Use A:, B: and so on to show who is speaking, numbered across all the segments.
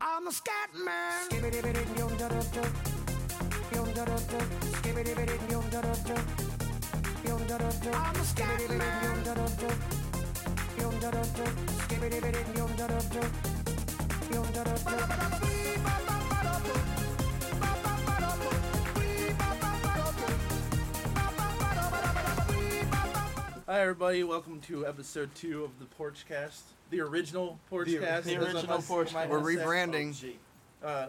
A: I'm a scat man. I'm a scat man.
B: Hi everybody, welcome to episode two of the Porchcast, the original Porchcast.
C: the original Porchcast.
D: We're
C: Oh,
D: rebranding.
B: Uh,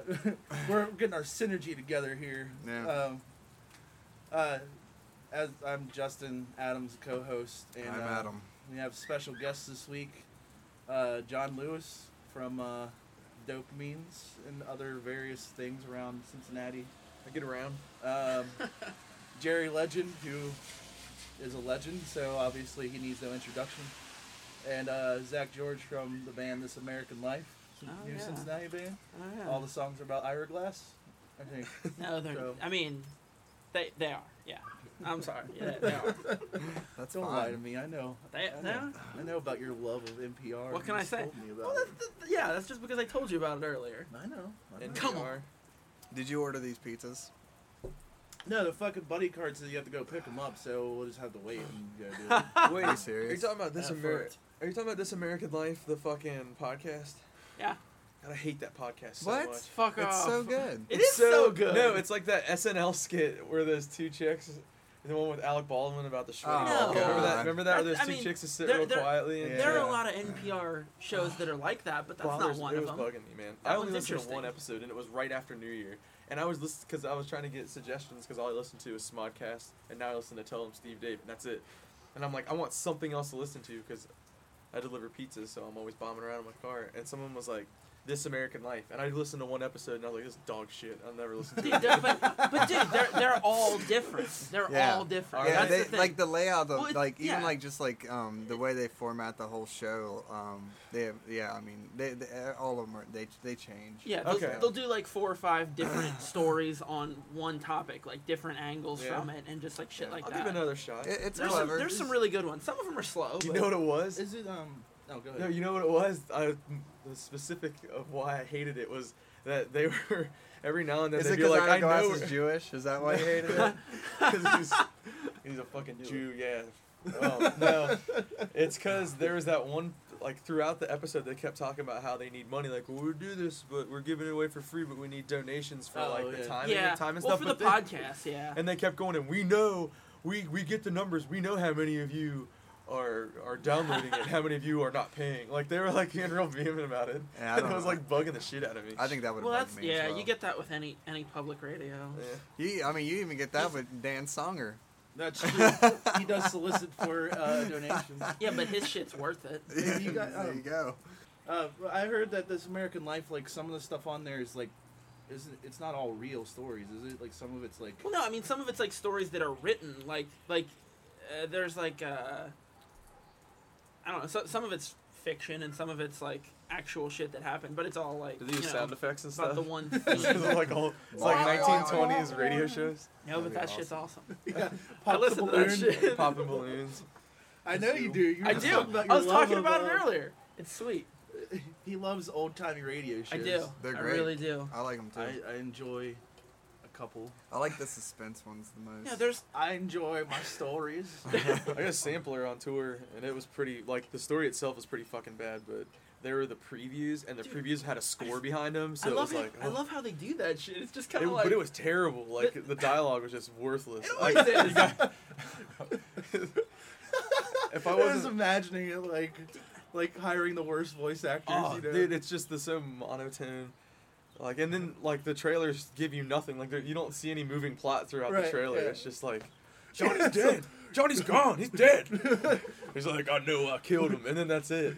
B: we're getting our synergy together here.
D: Yeah.
B: Um, uh, as I'm Justin Adams, co-host, and
D: I'm
B: uh,
D: Adam.
B: we have special guests this week, uh, John Lewis from uh, Dope Means and other various things around Cincinnati.
C: I get around.
B: Um, Jerry Legend, who is a legend, so obviously he needs no introduction. And uh, Zach George from the band This American Life, Cin-
C: Oh,
B: new
C: yeah.
B: Cincinnati band.
C: Oh, yeah.
B: All the songs are about Ira Glass, I think.
C: no, they're.
B: So-
C: I mean, they they are. Yeah. I'm sorry. Yeah, they are.
D: That's
B: Don't lie to
D: fine.
B: me. I know.
C: They,
B: I
C: they
B: know.
C: are.
B: I know about your love of NPR.
C: What
B: and
C: can
B: you
C: I say?
B: told me about
C: Well, that's, that's- yeah, that's just because I told you about it earlier.
B: it. I know. I know.
C: And Come on.
D: Did you order these pizzas?
B: No, the fucking buddy card says you have to go pick them up, so we'll just have to wait and go do
E: Wait,
D: Are you
E: are you
D: serious?
E: talking about this
B: That
E: Ameri-
B: fucked.
E: Are you talking about this American Life, the fucking podcast?
C: Yeah.
E: God, I hate that podcast so
D: What?
E: much.
C: Fuck off.
D: It's so good.
C: It is so, good.
E: No, it's like that SNL skit where those two chicks, and the one with Alec Baldwin about the
C: Oh,
E: shrimp.
C: No.
E: Remember
D: God.
E: that? Remember that? Where
C: That's-
E: those
C: I
E: two
C: mean,
E: chicks that sit
C: there-
E: real
C: there-
E: quietly. And
C: There are
E: Yeah.
C: a lot of NPR shows that are like that, but that's
E: Bothers-
C: not one
E: it
C: of
E: was
C: them.
E: bugging me, man.
C: That
E: I only
C: one's
E: listened to
C: interesting.
E: one episode, and it was right after New Year. And I was listening because I was trying to get suggestions because all I listened to was Smodcast, and now I listen to Tell Them Steve Dave, and that's it. And I'm like, I want something else to listen to because I deliver pizzas, so I'm always bombing around in my car. And someone was like, "This American Life," and I listened to one episode, and I was like, "This is dog shit. I'll never listen to
C: Dude,
E: it."
C: they're, but, but dude, they're, they're all different. They're
D: Yeah.
C: all different.
D: Yeah,
C: That's
D: they,
C: the thing.
D: like the layout of
C: Well, it-
D: like even
C: yeah.
D: like just like um the way they format the whole show. Um, they have, yeah, I mean they, they all of them are, they they change.
C: Yeah, they'll,
E: Okay.
C: they'll do like four or five different stories on one topic, like different angles
E: Yeah.
C: from it, and just like shit
D: Yeah.
C: like
E: I'll
C: that.
E: give it another shot.
D: It, it's
C: there's some,
D: clever.
C: there's some really good ones. Some of them are slow.
E: you
C: but
E: know what it was?
B: it. Is it, um, no, go ahead.
E: No, you know what it was? I, the specific of why I hated it was that they were every now and then
D: Is
E: they'd
D: it
E: be
D: because
E: like,
D: Ira
E: I know
D: Glass is Jewish? Is that why you hated it?
E: 'Cause he's, he's a fucking Jew, yeah. Um, no, it's because there was that one, like, throughout the episode, they kept talking about how they need money. Like, well, we'll do this, but we're giving it away for free, but we need donations for,
B: Oh,
E: like,
B: yeah.
E: the time
C: yeah,
E: and the time and
C: well
E: stuff.
C: for
E: but
C: the
E: they-
C: podcast, yeah.
E: And they kept going, and we know, we, we get the numbers, we know how many of you are are downloading it, how many of you are not paying. Like, they were, like, being real vehement about it.
D: Yeah, I
E: and it
D: don't
E: was,
D: know.
E: like, bugging the shit out of me.
D: I think that would
C: well,
D: have
C: that's
D: been me. as
C: yeah.
D: well.
C: You get that with any any public radio.
E: Yeah.
D: You, I mean, you even get that with Dan Songer.
B: That's true. he does solicit for uh, donations.
C: Yeah, but his shit's worth it.
B: Maybe you got- um,
C: um,
D: there you go.
B: Uh, well, I heard that this American Life, like some of the stuff on there is like, isn't it's not all real stories, is it? Like some of it's like,
C: Well, no, I mean some of it's like stories that are written, like like uh, there's like uh, I don't know. So, some of it's fiction and some of it's like actual shit that happened, but it's all like
E: Do they
C: you
E: use
C: know,
E: sound effects and
C: it's not
E: stuff?
C: the one.
E: It's
C: Thing.
E: like all, it's like 1920s radio shows.
C: No, but
D: That'd be
C: that shit's
D: awesome.
C: awesome.
B: yeah,
C: I listen to that shit.
E: Popping balloons.
B: I know you do. You were
C: I
B: just
C: do.
B: talking about
C: I
B: your
C: was
B: love
C: talking
B: of,
C: about it
B: uh,
C: earlier. It's sweet.
B: He loves old timey radio shows.
C: I do.
D: They're
C: I
D: great.
C: really do.
D: I like them too.
B: I, I enjoy a couple.
D: I like the suspense ones the most.
C: Yeah, there's
B: I enjoy my stories.
E: I got a sampler on tour, and it was pretty. Like the story itself was pretty fucking bad, but there were the previews, and the
C: Dude,
E: previews had a score behind them, so
C: I
E: it
C: love
E: was
C: how,
E: like.
C: I
E: oh.
C: love how they do that shit. It's just
E: It-
C: kind of like
E: but it was terrible. Like the dialogue was just worthless.
C: It
E: Like,
C: always is.
E: you got- if I
B: I was
E: wasn't,
B: imagining it like, like hiring the worst voice actors.
E: oh,
B: you know?
E: dude, it's just the so monotone. Like and then like the trailers give you nothing. Like there- you don't see any moving plot throughout
B: Right,
E: the trailer.
B: yeah.
E: It's just like Johnny's dead. Johnny's gone. He's dead. He's like, I know I killed him, and then that's it.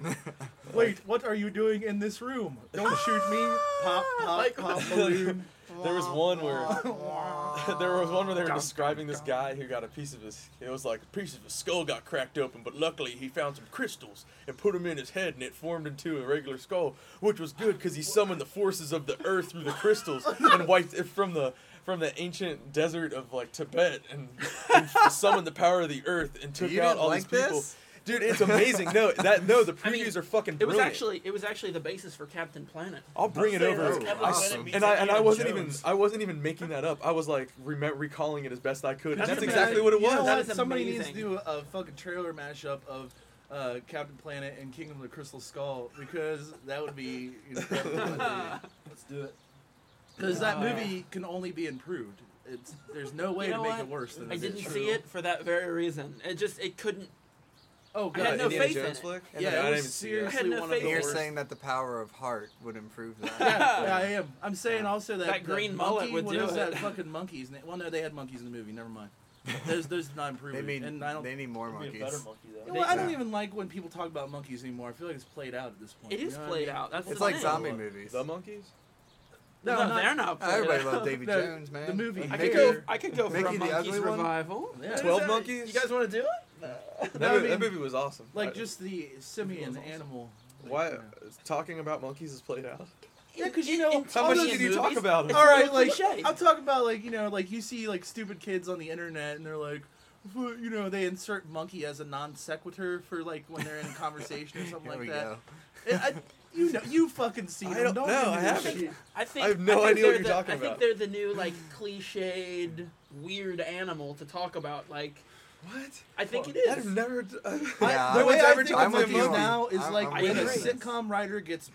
B: Wait, what are you doing in this room?
E: Ah,
B: Don't shoot me! Pop, pop,
C: Like-
B: pop balloon.
E: There was one where there was one where they were describing this guy who got a piece of his. It was like a piece of his skull got cracked open, but luckily he found some crystals and put them in his head, and it formed into a regular skull, which was good because he summoned the forces of the earth through the crystals and wiped it from the from the ancient desert of like Tibet and, and summoned the power of the earth and took
D: You
E: out
D: didn't
E: all
D: like
E: these people.
D: this?
E: Dude, it's amazing. No, that no, the previews
C: I mean,
E: are fucking.
C: It was
E: brilliant. Oh,
C: actually it was actually the basis for Captain Planet.
E: I'll bring it over.
D: that's Kevin
E: I s-
D: Bennett
F: meets
E: and I and I
F: Indiana
E: wasn't
F: Jones.
E: even I wasn't even making that up. I was like rem- recalling it as best I could.
C: That's
E: and that's
C: amazing.
E: exactly what it
B: You
E: was.
B: know
C: That
B: what?
C: is
B: Somebody needs
C: amazing.
B: to do a fucking trailer mashup of uh, Captain Planet and Kingdom of the Crystal Skull because that would be incredible.
F: Let's do it.
B: Because that
E: Ah.
C: Oh, yeah.
B: movie can only be improved. It's there's no way
C: You
B: to
C: know
B: make
C: what?
B: it worse than
C: I
B: it
C: didn't
B: is.
C: see it for that very reason. It just it couldn't.
B: Oh
C: I
B: god,
C: had no
E: Indiana
C: faith in
E: Jones
C: it.
E: flick?
B: Yeah,
E: I
B: it
E: didn't
B: was
E: even see that.
B: seriously
C: I had no
B: one of the
C: faith
D: You're
C: in it.
B: worst.
D: saying that the power of heart would improve that.
B: yeah, yeah, I am. I'm saying also that
C: That green mullet
B: monkey,
C: would
B: what
C: do
B: is
C: it.
B: that fucking monkey's name? Well, no, they had monkeys in the movie. Never mind. Those those did not improve.
D: They
B: it.
D: need
B: and I don't.
D: they need more
F: It'd be a
D: monkeys.
F: better monkey though.
B: well, I don't
D: Yeah.
B: even like when people talk about monkeys anymore. I feel like it's played out at this point.
C: It
B: you
C: is
B: know what I
C: played
B: mean?
C: out. That's
D: It's
C: the
D: like
C: thing.
D: zombie movies.
E: The monkeys.
C: No,
B: No, not-
C: they're not. played
D: Everybody
C: out.
D: loved Davy
B: No,
D: Jones, man.
B: the movie.
C: I
D: Mickey-
C: could go. I could go for
D: Mickey
C: a
D: the
C: monkeys
D: Ugly One?
C: revival.
B: Yeah. Is
E: Twelve
B: that-
E: monkeys.
B: You guys want to do it?
E: that,
B: No, I
E: movie, that
B: mean,
E: movie was awesome. I-
B: Like just the simian
C: awesome.
B: animal. like,
E: why
B: you know.
E: talking about monkeys is played out.
B: Yeah, 'cause you know,
E: How
B: All
E: much
B: those
E: did you talk about it?
B: All right,
C: little
B: like
C: cliche.
B: I'm talking about like you know like you see like stupid kids on the internet and they're like, "F- you know they insert monkey as a non sequitur for like when they're in a conversation or something
D: Here
B: like
D: we
B: that.
D: go.
B: And I, you know you fucking see
E: I
B: them.
E: don't know,
B: give me
E: I
B: this
E: haven't.
B: shit.
C: I think
E: I have no
C: think
E: idea what
C: they're
E: you're
C: the-
E: talking
C: I think
E: about.
C: they're the new like cliched weird animal to talk about. Like
E: What?
C: I think it
E: I've
C: is.
E: never.
B: I-
D: Yeah,
B: the
D: I'm-
B: way I
E: I'm
B: think
E: with
B: of them
E: you on-
B: now is
D: I'm-
B: like
D: I'm
B: when a
C: with you.
B: sitcom writer gets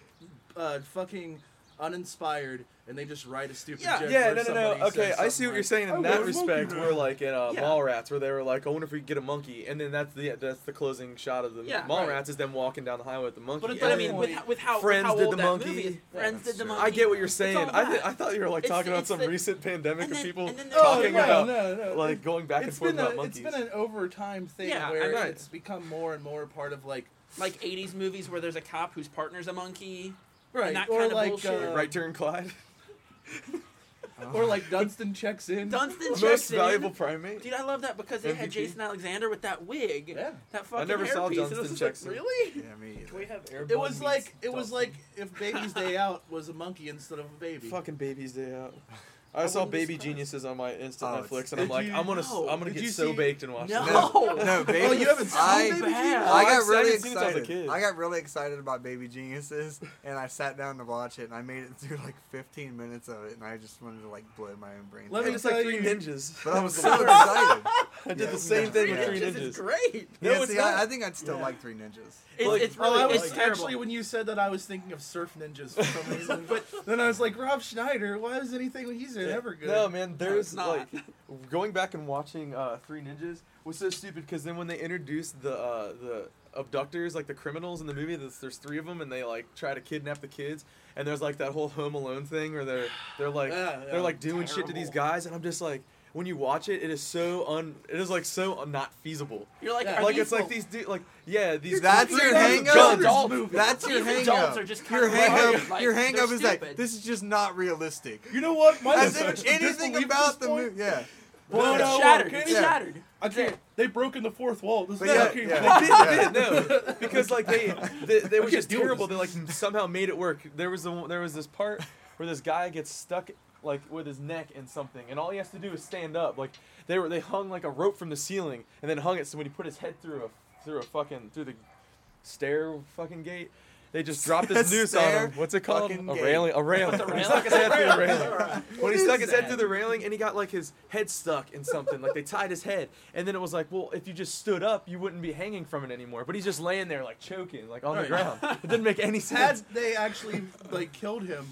B: uh, fucking uninspired and they just write a stupid
C: Yeah,
B: joke.
E: Yeah,
B: where
E: no, no,
B: somebody
E: no. Okay,
B: says
E: I see
B: something
E: what you're
B: like,
E: saying
B: "I
E: in that
B: want a monkey
E: respect.
B: now."
E: We're like in uh,
C: Yeah.
E: Mallrats, where they were like, "I wonder if we could get a monkey," and then that's the that's the closing shot of the
C: Yeah,
E: Mallrats
B: right.
E: is them walking down the highway with the monkey.
B: But at
E: And
C: But I
B: that
E: then-
C: mean, with, how- with how
E: Friends
C: how
E: did
C: old
E: the
C: that
E: monkey.
C: movie is.
D: Yeah,
C: Friends
D: that's
C: did the
D: true.
C: monkey.
E: I get what you're
C: It's
E: saying.
C: all
E: I, th-
C: that.
E: I thought you were like
C: It's-
E: talking about
C: it's
E: some
C: the-
E: recent pandemic
C: and
E: of
C: then-
E: people
C: and then they're
B: Oh,
E: talking
B: no,
E: about
B: no, no.
E: like going back and
B: It's
E: forth
B: been a,
E: about monkeys.
B: it's been an overtime thing
C: Yeah,
B: where
E: I mean-
B: it's become more and more part of like
C: like '80s movies where there's a cop whose partner's a monkey.
B: right
C: that
B: or
C: kind of
B: like
C: bullshit.
B: uh,
E: right turn, Clyde.
D: Oh.
B: or like Dunstan checks in.
C: Dunstan
E: Most
C: checks in.
E: valuable primate.
C: Dude, I love that because they had
E: MVP.
C: Jason Alexander with that wig,
B: Yeah.
C: that fucking
E: never saw
C: hairpiece, and I
E: Johnston
C: was just like,
E: Jackson.
C: really?
D: Yeah, me
F: Can we
D: either.
F: have Airborne
B: It was
F: meets
B: like it was
F: Dolphin?
B: like if Baby's Day Out was a monkey instead of a baby.
E: Fucking baby's day out. I, saw
C: wouldn't be
E: Baby
C: surprised.
E: Geniuses on my instant
D: Oh,
E: Netflix,
D: it's-
E: and I'm
B: Did
E: like,
B: you-
E: I'm gonna, s-
C: No.
E: I'm gonna
B: Did
E: get
B: you
E: so
B: see-
E: baked and watch
C: No.
E: this.
D: No,
C: Oh.
D: no, baby.
B: Oh, you haven't seen
D: I,
B: Baby
C: bad.
B: Genius?
D: I
E: I
D: got
E: haven't
D: really
E: seen it since I was a
D: excited.
E: kid.
D: I got really excited about Baby Geniuses, and I sat down to watch it, and I made it through like 15 minutes of it, and I just wanted to like blow my own brains.
B: Let
E: It
D: out.
B: me
E: was
B: tell
E: like three
B: you-
E: ninjas.
D: But I was
E: That
D: so
E: was-
D: excited.
E: I
D: Yeah.
E: did the same thing
D: Yeah.
E: with Three
C: Ninjas
E: Ninjas.
C: is great.
E: No,
D: yeah,
E: it's
D: see,
E: not.
D: I, I think I'd still like Three Ninjas.
C: It's,
E: Like-
C: it's
B: Oh,
C: really
B: I was
C: it's terrible.
B: actually when you said that I was thinking of surf ninjas for some reason. but then I was like, Rob Schneider, why is anything he's in ever good?
E: No, man, there's
C: it's not.
E: like going back and watching uh, Three Ninjas was so stupid because then when they introduced the uh, the abductors, like the criminals in the movie, there's, there's three of them and they like try to kidnap the kids, and there's like that whole Home Alone thing where they're they're like
B: Yeah, yeah.
E: they're like doing shit to these
C: Terrible.
E: guys, and I'm just like. When you watch it, it is so un. It is like so not feasible.
C: You're like,
B: Yeah.
C: are
E: Like
C: these
E: it's like
C: people-
E: these dude. Like yeah, these.
D: That's
E: these
D: your
E: guys are
D: hangover?
E: judged.
D: Adult
B: movie.
D: That's your
C: These
D: hang
C: adults
D: up.
C: are just
D: Your
C: kinda
D: hang
C: retarded,
D: up.
C: like,
D: Your hang
C: they're
D: up is that
C: stupid.
D: this is just not realistic.
B: You know what? My
D: As if
B: suspension of
D: anything
B: disbelief at
D: about
B: this
D: the
B: point-
D: movie, yeah.
B: Well,
C: it's
B: no,
C: shattered.
B: okay.
C: It's
D: Yeah.
C: shattered.
B: I can't. They broke in the fourth wall. This is
D: But
B: not
E: yeah,
B: okay.
D: yeah.
E: They did, no, because like they they, they were
B: can't
E: just
B: deal with
E: terrible. They
B: this.
E: like somehow made it work. There was the one- there was this part where this guy gets stuck like with his neck in something, and all he has to do is stand up. Like they were they hung like a rope from the ceiling, and then hung it so when he put his head through a through a fucking through the stair fucking gate. They just dropped this
D: Stair
E: noose on him. What's it called? A
D: fucking gate.
E: railing. A railing.
C: What's a
E: When he
C: railing?
E: stuck his head through the railing when he
B: What
E: stuck
B: is
E: his head
B: that?
E: through the railing and he got like his head stuck in something like they tied his head and then it was like well if you just stood up you wouldn't be hanging from it anymore but he's just laying there like choking like on the
B: Right.
E: ground it didn't make any
B: Had
E: sense
B: they actually like killed him,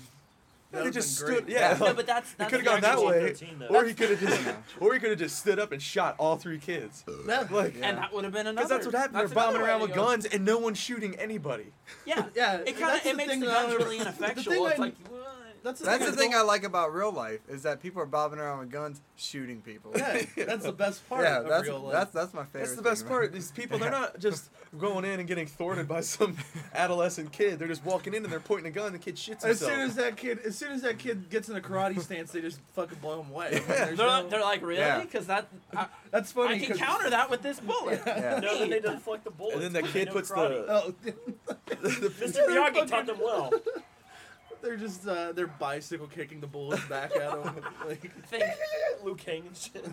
B: that
E: they
B: would've
E: just
B: been great.
E: stood yeah,
C: No, but that's
E: he
C: that's
E: could
C: the
E: have gone that
C: actual-
E: way
F: 13 though.
E: or he could have just
D: Yeah.
E: or he could have just stood up and shot all three kids
B: That-
E: like
D: Yeah.
C: And that would have been another.
E: because that's what happened
C: that's
E: they're bombing
C: another
E: around
C: way
E: with
C: to go.
E: guns and no one's shooting anybody
C: Yeah,
B: Yeah,
C: It kind
B: that's
C: of it
B: the
C: makes
B: thing
C: the
B: that I
C: guns
B: don't-
C: really
B: the thing
C: ineffectual. It's
B: I-
C: like
B: That's the
D: That's
B: thing,
D: the thing I
B: don't-
D: like about real life is that people are bobbing around with guns, shooting people.
B: Yeah, that's the best part.
D: yeah,
B: of
D: that's
B: real life.
D: that's that's my favorite.
E: That's the best
D: thing
E: part.
D: about
E: These people, they're not just going in and getting thwarted by some adolescent kid. They're just walking in and they're pointing a gun. The kid shits himself.
B: As soon as that kid, as soon as that kid gets in a karate stance, they just fucking blow him away.
C: they're,
B: There's no-
C: they're like really
D: Yeah.
C: because that I,
B: that's
C: I
B: funny.
C: can
B: 'cause-
C: counter that with this bullet.
D: Yeah.
F: No, then they deflect the bullet.
E: And then the kid
F: no
E: puts
F: karate.
E: the-
B: Oh,
F: Mr. Miyagi taught them well.
B: they're just uh, they're bicycle kicking the bullets back at him. Like,
C: I think
F: Luke Kang and shit.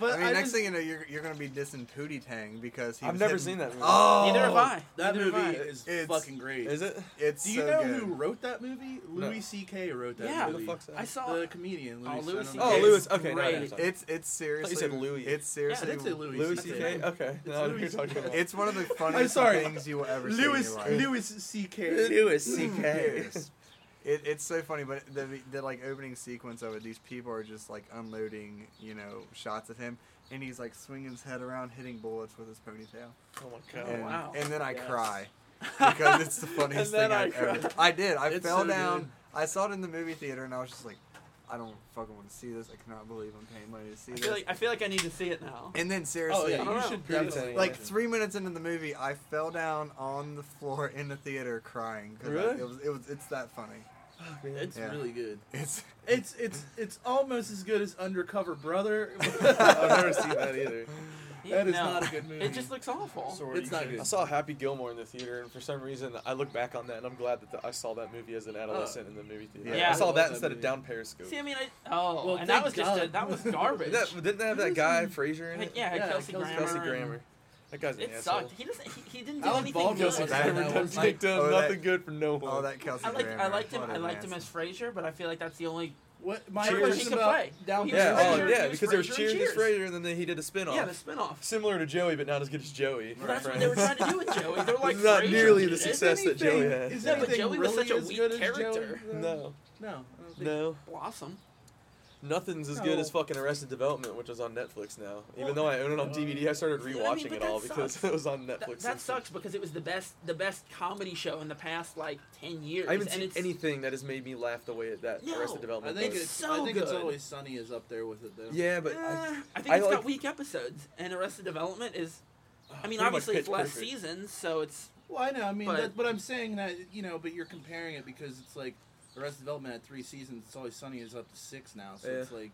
B: But
D: I mean, next
B: just-
D: thing you know, you're, you're gonna be dissing Pootie Tang because he
E: I've
D: was
E: never
D: hitting-
E: seen that movie.
D: Oh,
C: Neither have I.
B: that
C: Neither have
B: movie
C: I.
B: is
D: It's-
B: fucking great.
E: Is it?
D: It's
B: Do you
D: so
B: know
D: good.
B: who wrote that movie?
E: No.
B: Louis C.K. wrote that
C: Yeah. Who
E: the
B: movie.
E: fuck's that?
C: I saw.
B: the comedian Louis.
C: oh, Louis
B: I
C: C.K.
B: don't
E: Oh,
B: know.
E: Louis, okay, no,
C: Great.
E: no, sorry.
D: It's it's seriously.
E: said Louis.
D: It's
B: I
D: seriously.
B: did say Louis.
E: Louis
B: That's
E: C.K.
B: it.
E: Okay, now I know what you're talking about.
D: It's one of the funniest
B: sorry.
D: things you will ever see in your
B: Louis
D: life.
B: Louis Hmm. C.K.
E: Louis
D: Yes. It, it's so funny, but the, the like opening sequence of it, these people are just like unloading, you know, shots of him, and he's like swinging his head around, hitting bullets with his ponytail.
E: Oh my god.
D: and,
C: wow.
D: and then I
F: Yes.
D: cry because it's the funniest
E: And then
D: thing I've
E: I
D: ever.
E: cried.
D: I did. I
E: It's
D: fell
E: so
D: down.
E: good.
D: I saw it in the movie theater, and I was just like, I don't fucking want to see this. I cannot believe I'm paying money to see
C: I
D: this.
C: feel like I feel like I need to see it now.
D: and then
E: Oh
D: seriously,
E: yeah,
C: I don't
E: you
C: know.
E: should
B: Pretty
E: definitely
B: funny.
D: like
E: watch it.
D: three minutes into the movie, I fell down on the floor in the theater crying because
E: Really?
D: it was it was it's that funny.
B: It's
D: Yeah.
B: really good.
D: It's
B: It's it's it's almost as good as Undercover Brother.
E: I've never seen that either.
B: That is
C: No.
B: not a good movie.
C: It just looks awful.
F: Sorority
B: It's not
F: kid.
B: good.
E: I saw Happy Gilmore in the theater, and for some reason, I look back on that, and I'm glad that the, I saw that movie as an adolescent in the movie theater.
D: Yeah.
E: I saw
B: Yeah.
E: that instead of
B: Yeah.
E: Down Periscope.
C: See, I mean, I oh,
B: Well,
C: and
B: thank
C: that was just a,
B: God.
C: that was garbage.
E: Didn't that, didn't that have that guy Frazier in
C: Like,
E: it?
C: yeah,
B: Yeah,
C: Kelsey,
B: Kelsey-
C: Grammer.
E: Kelsey
C: and-
E: Grammer. That guy's an
C: It
E: asshole.
C: sucked. He doesn't. He, he didn't do
B: Alec
C: anything
B: Baldwin
C: good.
B: was
D: bad in
E: Every
D: that
E: time
D: one.
E: Jake does
D: Oh, that-
E: nothing good for no one.
D: oh that Kelsey
C: I liked, I
D: Grammer,
C: liked him.
D: what a
C: I liked him
D: nasty-
C: as Frasier, but I feel like that's the only.
B: what my
E: Cheers.
B: question
E: He
C: could
B: about
C: play.
B: Down
C: He
E: yeah,
C: was
E: oh,
C: Frasier, he
E: yeah,
C: was
E: because there was
C: Frasier
E: Cheers,
C: in
E: Cheers.
C: Cheers.
E: and then he did a spin-off.
C: Yeah, the spinoff.
E: Similar to Joey, but not as good as Joey.
C: Well, that's what they were trying to do with Joey. They're like
E: It's not
C: Frasier.
E: nearly the
C: It's-
E: success- that Joey had.
B: Is
E: Yeah, but
B: anything
C: Joey was
B: really
C: such a
B: as
C: weak
B: good as
C: character.
B: Joey?
E: No,
B: no, I don't think-
E: no.
C: Blossom.
E: Nothing's as good as
B: No.
E: fucking Arrested Development, which is on Netflix now. Even
C: Well,
E: though I own it on DVD, I started
C: See what I mean?
E: rewatching
C: But
E: it
C: that
E: all because
C: sucks.
E: it was on Netflix.
C: That, that
E: since then.
C: sucks because it was the best, the best comedy show in the past like ten years.
E: I haven't
C: and
E: seen
C: it's,
E: anything that has made me laugh the way that
C: No,
E: Arrested
B: I
E: Development
B: think
E: does.
B: it's
C: So
B: I think it's
C: good.
B: always Sunny is up there with it though.
E: yeah, but
C: Eh,
E: I,
C: I think
E: I
C: it's
E: like-
C: got weak episodes, and Arrested Development is. I
E: Pretty
C: mean,
E: much
C: obviously it's
E: Pitch
C: less
E: Perfect.
C: seasons, so it's
B: Well, I know. I mean,
C: But-
B: that, but I'm saying that you know, but you're comparing it because it's like Arrested Development had three seasons. It's always Sunny is up to six now, so it's like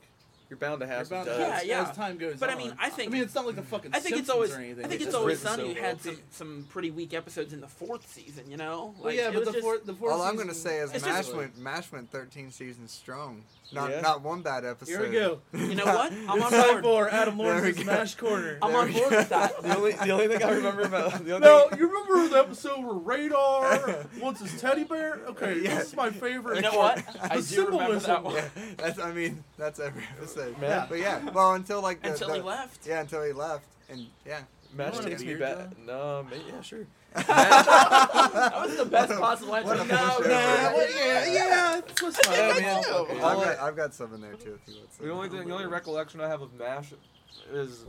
E: you're bound to have
B: you're
E: some
B: bound to-
E: duds.
C: Yeah,
B: as,
C: yeah.
B: as time goes.
C: But I
B: on.
C: mean, I think-
B: I mean, it's not like the fucking.
C: I think it's
B: Simpsons
C: always.
B: Or anything.
C: I think it's,
E: It's just
C: always
E: written
C: Sunny
E: so
C: had
E: well.
C: some some pretty weak episodes in the fourth season. You know, like
B: Well, yeah,
C: it
B: but
C: was
B: the
C: just,
B: fourth, the fourth.
D: All I'm gonna
B: season-
D: say is
C: It's
D: Mash
C: just-
D: went Mash went 13 seasons strong. Not
E: Yeah.
D: not one bad episode.
B: Here we go.
C: You know what? I'm
B: It's
C: on
B: time
C: board.
B: for Adam
D: There we
B: Lawrence's
D: go.
B: Smash Corner.
C: I'm
D: There
C: on
D: we
C: board
D: go.
C: with that.
E: The only the only thing I remember about the only
B: No,
E: thing,
B: you remember the episode where Radar wants his teddy bear? Okay,
D: Yeah.
B: this is my favorite.
C: You know what? I do remember
B: symbolism.
C: that one.
D: Yeah, that's I mean that's every episode.
E: Man.
D: Yeah, but yeah, well until like the,
C: Until he
D: the-
C: left.
D: Yeah, until he left, and yeah.
E: Mash
B: want a
E: takes me
B: beer,
E: back. No, ma- yeah, sure.
C: That was the best possible answer.
D: What a
C: No,
D: pushover.
C: no.
D: what-
B: yeah, yeah. It's what's my
E: Yeah,
B: I
E: Oh, man.
B: do.
E: Okay.
D: I've
E: Only-
D: got, I've got some in there too. If you want some.
E: The only
C: Oh
E: thing, the only recollection I have of Mash is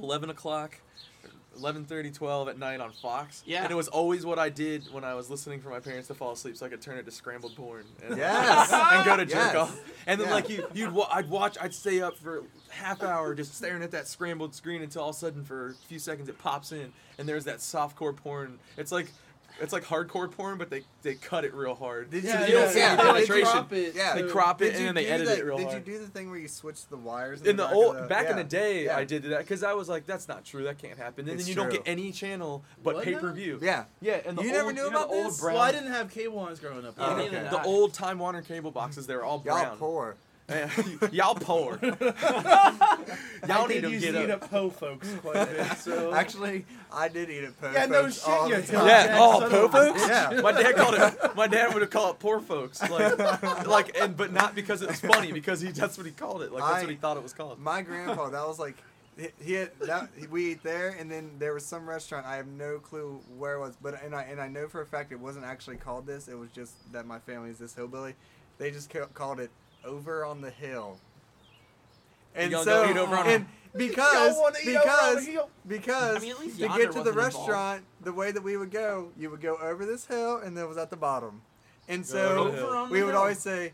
E: 11 o'clock, 11:30, 12 at night on Fox.
C: Yeah.
E: And it was always what I did when I was listening for my parents to fall asleep, so I could turn it to Scrambled Porn. And,
D: Yes.
E: and go to jerk
D: Yes.
E: off. And then
D: Yeah.
E: like you, you'd wa- I'd watch, I'd stay up for half hour just staring at that scrambled screen until all of a sudden for a few seconds it pops in, and there's that softcore porn. It's like. It's like hardcore porn, but they, they cut it real hard.
D: Did
E: So
D: you-
E: you don't
D: yeah,
E: see
D: yeah.
E: the
D: They
E: penetration.
D: crop
B: it.
D: Yeah.
E: They
D: so-
E: crop it
D: Did
E: and
D: you
E: then they
D: do
E: edit
D: that-
E: it real
D: Did
E: hard
D: you do the thing where you switched the wires?
E: in the
D: back of
E: old back in
D: yeah,
E: the day
D: yeah,
E: I did that because I was like that's not true that can't happen and
D: It's
E: then you don't
D: true.
E: get any channel but
B: What
E: pay
B: now?
E: per view
D: Yeah.
E: yeah and the
D: You
E: old,
D: never knew
E: you know,
D: about
E: the old
D: this?
E: brown
B: Well, I didn't have cable when I was growing up.
E: Oh,
C: Yeah,
B: either.
C: neither
E: okay.
C: did
E: the
C: I.
E: old time Warner cable boxes they're all
D: Y'all
E: brown
D: poor.
E: Yeah, y'all poor y'all
B: I
E: need
B: did
E: to
B: used
E: get
B: to eat
E: up
B: up Poe folks quite a bit. So
D: Actually, I did eat at Poe.
B: Yeah, no
D: Folks
B: shit,
D: all
B: you
D: the
B: dumb
D: time.
E: yeah,
B: Jack,
E: oh,
B: son
E: poor
B: of a-
E: folks.
D: Yeah.
E: My dad called it. My dad would have called it poor folks, like, like, and but not because it was funny, because he that's what he called it. Like that's
D: I-
E: what he thought it was called.
D: My grandpa, that was like, he- he had that we ate there, and then there was some restaurant. I have no clue where it was, but and I and I know for a fact it wasn't actually called this. It was just that my family is this hillbilly. They just ca- called it over on the hill. And
E: gonna
D: so
E: go eat over on
D: and because
B: Y'all wanna eat over on the
D: because
B: hill?
D: because
C: I mean, at least
D: to
C: Yonder
D: get to the
C: wasn't involved.
D: restaurant, the way that we would go, you would go over this hill, and then it was at the bottom. And so
E: over the hill.
C: Over on the
D: we would
C: hill.
D: always say,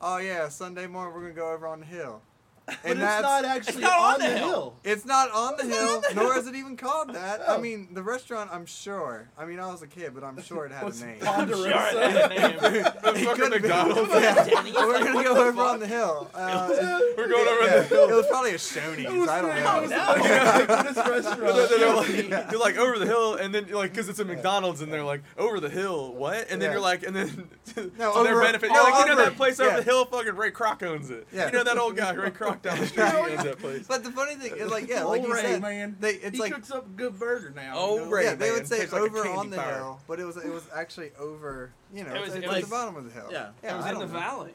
D: "Oh yeah, Sunday morning we're gonna go over on the hill."
B: but it's not actually
C: not
B: on, the hill.
D: It's not on the hill, nor is it even called that. I
B: Oh.
D: mean, the restaurant, I'm sure. I mean, I was a kid, but I'm sure it had a
B: Was
D: name.
C: Sure,
B: Ponderosa.
C: that's the name.
E: Fucking McDonald's.
D: Yeah.
C: Denny's,
D: We're
C: like,
D: gonna
C: what
D: go
C: the
D: over
C: fuck?
D: on the hill. Uh,
E: We're going over
D: yeah,
E: the hill.
D: It was probably a Shoney's. I don't
B: It was
D: know.
B: the fucking greatest
E: No, no,
B: restaurant.
E: no, they're like, You're like over the hill, and then you're like, because it's a McDonald's, and they're like, over the hill, what? And then
D: Yeah.
E: you're like, and then to
D: No,
E: their
D: over-
E: benefit, you're like, you know
D: over-
E: that place over
D: yeah.
E: the hill, fucking Ray Kroc owns it.
D: Yeah.
E: You know that old guy, Ray Kroc walk down the street and ends that place.
D: But the funny thing is, like, yeah, like you
B: Olray,
D: said,
B: man.
D: they, it's
B: he
D: like
B: cooks up a good burger now. you know?
E: Olray,
D: yeah, they
E: man.
D: would say
E: Tastes like a
D: over
E: candy
D: on the
E: bar.
D: hill, but it was it was actually over, you know,
C: It was-
D: it's,
C: it
D: at
C: was-
D: the bottom of the hill.
B: yeah,
D: yeah,
C: it was
D: I
C: in
D: don't
C: the
D: know.
C: valley.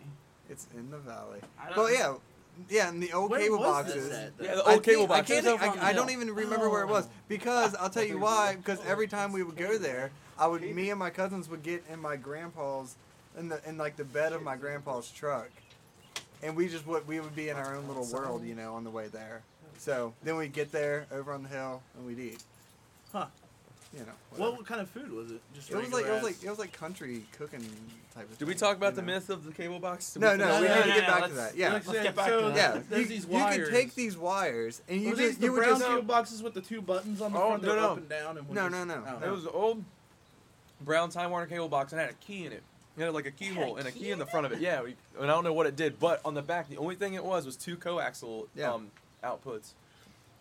D: It's in the valley.
C: I don't
D: Well,
C: know.
D: yeah, yeah, and the old
B: Where
D: cable
B: was
D: boxes.
B: This at, though?
E: Yeah, the
D: I
E: old cable
D: think- I
E: box.
D: can't.
E: It was over on the
D: I, I don't
E: hill.
D: even remember where it
B: Oh.
D: was because I'll tell you why. Because every time we would go there, I would, me and my cousins would get in my grandpa's, in the in like the bed of my grandpa's truck, and we just would we would be in our own little world, you know, on the way there. So then we'd get there over on the hill and we'd eat.
B: Huh.
D: You know. whatever.
B: What kind of food was it? Just
D: It was like it was
B: regular
D: like it was like country cooking type of.
E: Did
D: thing,
E: we talk about
D: you
E: the
D: know?
E: myth of the cable box? Did
D: No,
E: we-
D: no,
B: No,
D: we
B: no,
D: need to
B: no,
D: get
C: no,
D: back to
C: let's-
D: that. Yeah,
B: Like I
C: Let's
B: said,
C: get back
B: so
C: to that.
D: yeah.
B: There's
D: you,
B: these
D: you
B: wires.
D: could take these wires and you
B: Were
D: just
B: these the
D: you would
B: brown
D: just
B: cable boxes with the two buttons on the
E: Oh,
B: front
E: no,
B: that
E: no.
B: up and down? And would
D: No,
B: just-
D: no, no.
B: Oh,
E: It was an old brown Time Warner cable box and it had a key in it. It had like a keyhole and a key in the front of it. Yeah, we, and I don't know what it did, but on the back, the only thing it was was two coaxial
D: Yeah.
E: um, outputs,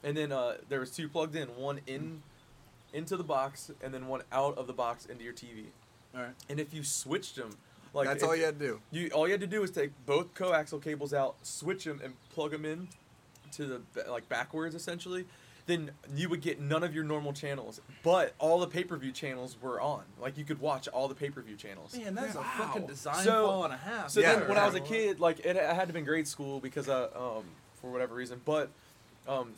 E: and then uh, there was two plugged in, one in into the box, and then one out of the box into your TV.
B: All right.
E: And if you switched them, like
D: That's
E: if-
D: all you had to do.
E: You all you had to do was take both coaxial cables out, switch them, and plug them in to the ba- like backwards essentially. Then you would get none of your normal channels, but all the pay per view channels were on. Like you could watch all the pay per view channels.
B: Man, that's a
C: Wow.
B: fucking design
E: So-
B: flaw and a half.
E: So
D: Yeah.
E: then when I was a
B: Wow.
E: kid, like it, I had to be in grade school because I, um, for whatever reason, but um,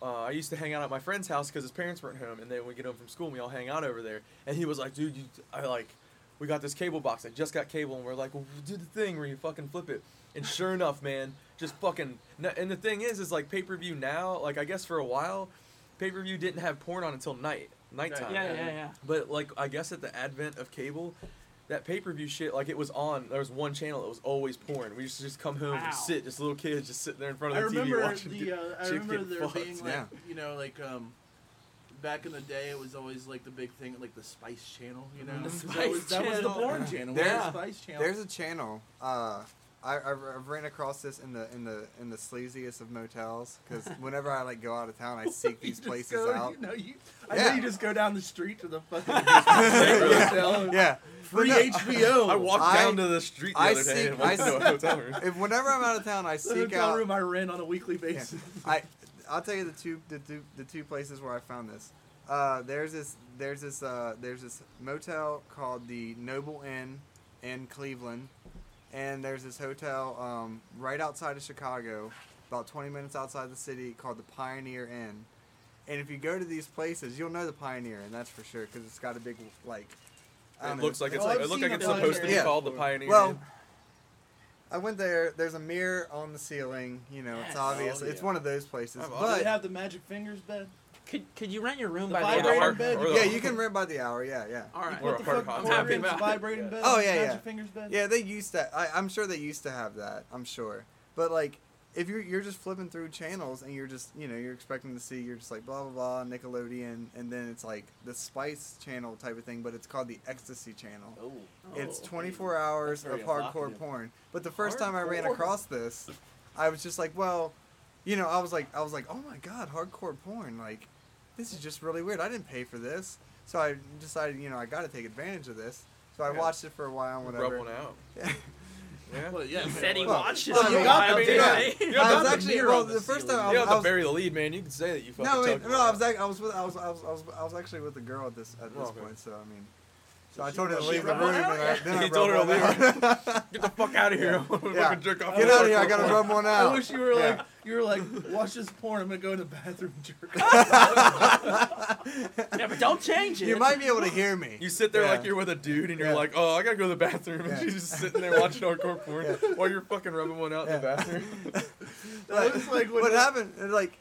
E: uh, I used to hang out at my friend's house because his parents weren't home, and then we get home from school and we all hang out over there. And he was like, "Dude, you, I like, we got this cable box. I just got cable, and we're like, well, do the thing where you fucking flip it." And sure enough, man, just fucking. n- And the thing is, is like pay per view now. Like I guess for a while, pay per view didn't have porn on until night, nighttime.
C: Yeah, yeah, yeah.
E: But like I guess at the advent of cable, that pay per view shit, like it was on. There was one channel that was always porn. We used to just come home
C: Wow.
E: and sit, just little kids just sitting there in front
B: I
E: of the TV
B: remember
E: watching.
B: the. Uh, I
E: chicks
B: remember
E: get
B: there
E: fucked.
B: being like
D: Yeah.
B: you know like um. Back in the day, it was always like the big thing, like the Spice Channel, you know.
C: The
B: That
C: Spice
B: was- that was the
C: Channel.
B: porn
D: Yeah.
B: channel.
D: There's-
B: There's the Spice Channel.
D: There's a channel. Uh, I, I I ran across this in the in the in the sleaziest of motels because whenever I like go out of town, I seek
B: You
D: these
B: just
D: places
B: go,
D: out.
B: You know, you, I
D: Yeah.
B: know you just go down the street to the fucking
D: Yeah.
B: hotel.
D: Yeah,
B: Free
D: But no,
B: HBO.
E: I walked
D: I-
E: down to the street the
D: I
E: other day
D: seek-
E: and
D: I
E: went to a
D: seek-
E: hotel room.
D: if whenever I'm out of town, I
B: the
D: seek
B: hotel
D: out.
B: room I rent on a weekly basis.
D: I I'll tell you the two the two the two places where I found this. Uh, there's this there's this uh, there's this motel called the Noble Inn in Cleveland, and there's this hotel um, right outside of Chicago, about 20 minutes outside the city, called the Pioneer Inn. And if you go to these places, you'll know the Pioneer, and that's for sure because it's got a big like. I
E: It
D: don't
E: looks
D: know,
E: like it's
B: Oh,
E: like,
B: I've
E: it looked
B: seen
E: like it's
B: the
E: supposed to be
D: Pioneer.
E: called the
B: Yeah.
E: Pioneer.
D: well, I went there. There's a mirror on the ceiling. You know,
C: Yes.
D: it's obvious.
B: Oh,
D: It's
B: yeah.
D: one of those places.
E: I've
B: Do
D: but
B: they have the magic fingers bed?
C: Could could you rent your room
B: The
C: by the
B: vibrator
C: hour?
B: bed?
E: Or the-
D: Yeah, you can rent by the hour. Yeah, yeah.
C: All right. Oh.
E: Or
B: What
E: a
B: the
E: hard
B: fuck?
E: hot
B: Warner
C: tub.
B: Ring's
C: Yeah.
B: vibrating
E: Yeah.
B: bed?
D: Oh, yeah,
B: magic
D: yeah.
B: fingers bed?
D: Yeah, they used to. I, I'm sure they used to have that. I'm sure. But like, if you're you're just flipping through channels and you're just you know you're expecting to see you're just like blah blah blah Nickelodeon and then it's like the Spice Channel type of thing, but it's called the Ecstasy Channel.
B: Oh.
D: It's 24 hours
B: That's
D: of
B: very
D: hardcore
B: evocative.
D: porn. But the first time I ran
B: Hardcore.
D: across this, I was just like, well, you know, I was like, I was like, oh my god, hardcore porn! Like, this is just really weird. I didn't pay for this, so I decided, you know, I got to take advantage of this. So I
E: Yeah.
D: watched it for a while, and
E: Rub
D: whatever.
E: one out.
D: Yeah.
E: Yeah.
B: Well, yeah.
C: He said he
D: Well,
C: watched it.
D: well,
C: on
D: you
C: the
D: got
C: wild
E: me,
C: day.
D: yeah.
E: You don't
D: I
E: have
D: was
E: to
D: actually
B: mirror
D: well,
B: on
D: the,
B: the
D: first
B: ceiling.
D: time I
E: you
D: was,
E: don't have
D: I
E: to
D: was
E: bury the lead, man. You can say that you fucking
D: no, wait,
E: talked
D: no,
E: about
D: I was
E: it.
D: act- I was with I was I was I was, I was actually with a girl at this at this
E: Oh, okay.
D: point, so I mean, so I
B: she-
D: told her to
B: she
D: leave the
B: rubbed
D: room,
B: one
D: and I, then I
E: He told her
D: rubbed
E: to
D: one
E: leave
D: out.
E: Get the fuck out of here. I'm gonna
D: Yeah.
E: fucking jerk off.
D: Get out of here! I gotta rub one out.
B: I wish you were
D: Yeah.
B: like you were like watch this porn. I'm gonna go in the bathroom and jerk.
C: Yeah, but don't change it.
D: You might be able to hear me.
E: You sit there
D: Yeah.
E: like you're with a dude, and you're
D: Yeah.
E: like, "Oh, I gotta go to the bathroom,"
D: Yeah.
E: and she's just sitting there watching hardcore porn
D: Yeah.
E: while you're fucking rubbing one out in the
D: Yeah.
E: bathroom.
B: That was like when
D: what
B: the-
D: happened? and, Like,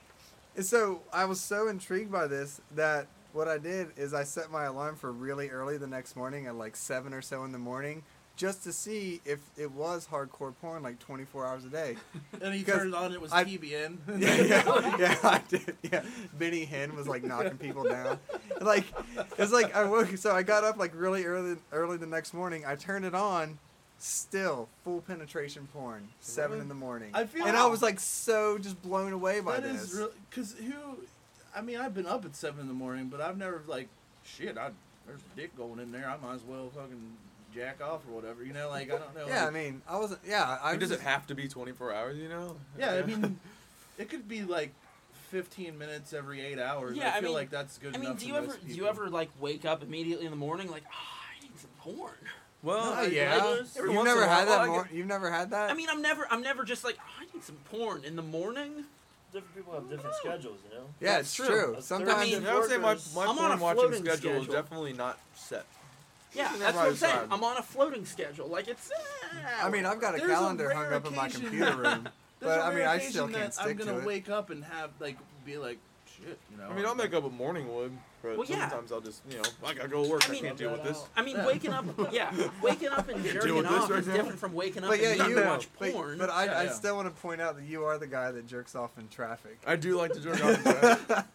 D: and so I was so intrigued by this that what I did is I set my alarm for really early the next morning at like seven or so in the morning, just to see if it was hardcore porn like 24 hours a day.
B: And he
D: Because
B: turned it on. It was
D: I-
B: TBN.
D: yeah, yeah, yeah, I did. Yeah, Benny Hinn was like knocking people down. Like, it's like I woke. So I got up like really early, early the next morning. I turned it on. Still full penetration porn, seven
B: Really?
D: in the morning,
B: I feel-
D: and I was like so just blown away by
B: That
D: this.
B: is real. Cause who? I mean, I've been up at seven in the morning, but I've never like, shit. I there's dick going in there. I might as well fucking jack off or whatever. You know, like I don't know.
D: Yeah, I
B: like-
D: mean, I wasn't. Yeah, I
E: I mean, does
D: just,
E: it have to be 24 hours? You know?
B: yeah, I mean, it could be like 15 minutes every eight hours. I
C: Yeah, I
B: feel
C: mean-
B: like that's good
C: I mean,
B: enough.
C: do
B: for
C: you ever
B: most
C: do you
B: people.
C: ever like wake up immediately in the morning like, ah, I need some porn.
E: Well,
D: Oh,
E: I-
D: yeah.
E: I-
C: You've
E: every
D: You've
E: once in
D: never
E: a while-
D: had
E: well,
D: that.
E: I get-
D: More, you've never had that.
C: I mean, I'm never I'm never just like, "Ah, I need some porn in the morning.
F: Different people have different schedules, you know.
D: yeah,
E: that's
D: it's
E: true.
D: true.
F: That's
D: Sometimes,
C: I mean,
E: I would say my,
F: workers-
E: my
C: I'm on
E: porn
C: a
E: watching
C: floating
E: schedule, is
C: schedule.
E: definitely not set.
C: Yeah,
D: Isn't that
C: that's what I'm
D: right,
C: saying.
D: Simon?
C: I'm on a floating schedule. Like it's. eh,
D: I mean, I've got a
B: There's a
D: calendar
B: rare
D: hung up in my
B: occasion-
D: computer room.
B: There's
D: but,
B: a
D: I mean,
B: rare
D: I still
B: occasion
D: can't
B: that I'm
D: stick to
B: gonna
D: it.
B: wake up and have like be like shit. You know.
E: I mean, I'll make up a morning wood, but
C: Well, yeah.
E: sometimes I'll just, you know, I gotta go to work.
C: I
E: I,
C: mean-
E: can't deal with this.
C: I mean,
B: Yeah.
C: waking up, yeah, waking up and
E: deal
C: jerking
E: with this
C: off
E: right
C: is
E: now.
C: different from waking up
D: But
C: and
D: yeah,
C: trying
D: you
C: to watch
D: but,
C: porn.
D: But I,
B: Yeah,
D: I
B: yeah.
D: still want to point out that you are the guy that jerks off in traffic.
E: I do like to jerk off, in traffic.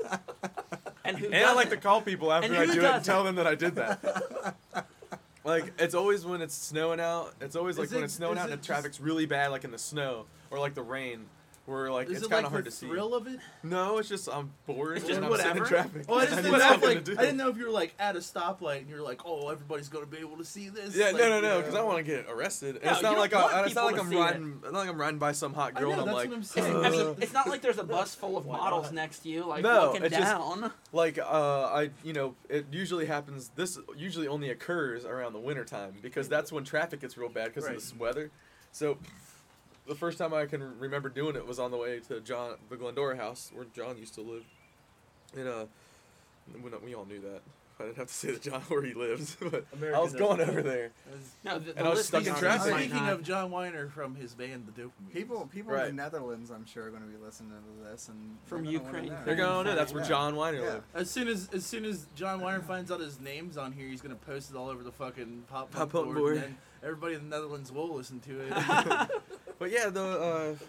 C: and who
E: and I like to
C: doesn't?
E: call people after
C: And
E: I
C: who
E: do it and
C: doesn't?
E: tell them that I did that. like it's always when it's snowing out. It's always like
B: Is
E: when
B: it-
E: it's snowing
B: is
E: out and
B: it just-
E: the traffic's really bad, like in the snow or like the rain, where like
B: Is
E: it's
B: it
E: kind
B: like
E: of hard
B: the
E: to see.
B: thrill of it?
E: No, it's just I'm bored
C: It's just
E: and I'm sitting in
C: whatever.
E: traffic.
B: Oh, I just
E: need
B: didn't know. If,
E: something
B: like,
E: to do.
B: I didn't know if you were like at a stoplight and you're like, oh, everybody's gonna be able to see this.
E: Yeah,
B: like,
E: no, no, no,
B: you
E: because
B: know.
E: I want to get arrested. And
C: No,
E: it's
C: you
E: not
C: don't
E: like
C: want
E: I, it's not
C: people
E: like
C: to
E: I'm
C: see it.
E: riding. It's not like I'm riding by some hot
B: I
E: girl
B: know,
E: and I'm
B: that's
E: like,
B: what I'm saying.
C: It's, I mean,
E: "Ugh."
C: it's not like there's a bus full of models next to you, like
E: No,
C: looking
E: it's just-
C: down.
E: like uh, I, you know, it usually happens. This usually only occurs around the winter time because that's when traffic gets real bad because
B: Right.
E: of this weather. So, the first time I can remember doing it was on the way to John the Glendora house where John used to live, and uh, we, we all knew that. I didn't have to say the John where he lives, but I
F: America
E: was going
F: does.
E: over there.
C: no, the, the
E: And I was
C: listeners
E: stuck in
C: are
E: traffic.
C: just like,
B: Speaking
C: nah.
B: of John Weiner from his band The Dopamine.
D: People, people
E: Right.
D: in the Netherlands, I'm sure, are going to be listening to this and they're
C: From
D: gonna wanna
C: Ukraine.
D: know.
E: They're going to. That's where
D: Yeah.
E: John Weiner
D: Yeah.
E: lived.
B: As soon as as soon as John Weiner finds out his name's on here, he's gonna post it all over the fucking pop
E: Pop
B: punk
E: punk
B: board,
E: board.
B: and then everybody in the Netherlands will listen to it.
E: But yeah, the uh,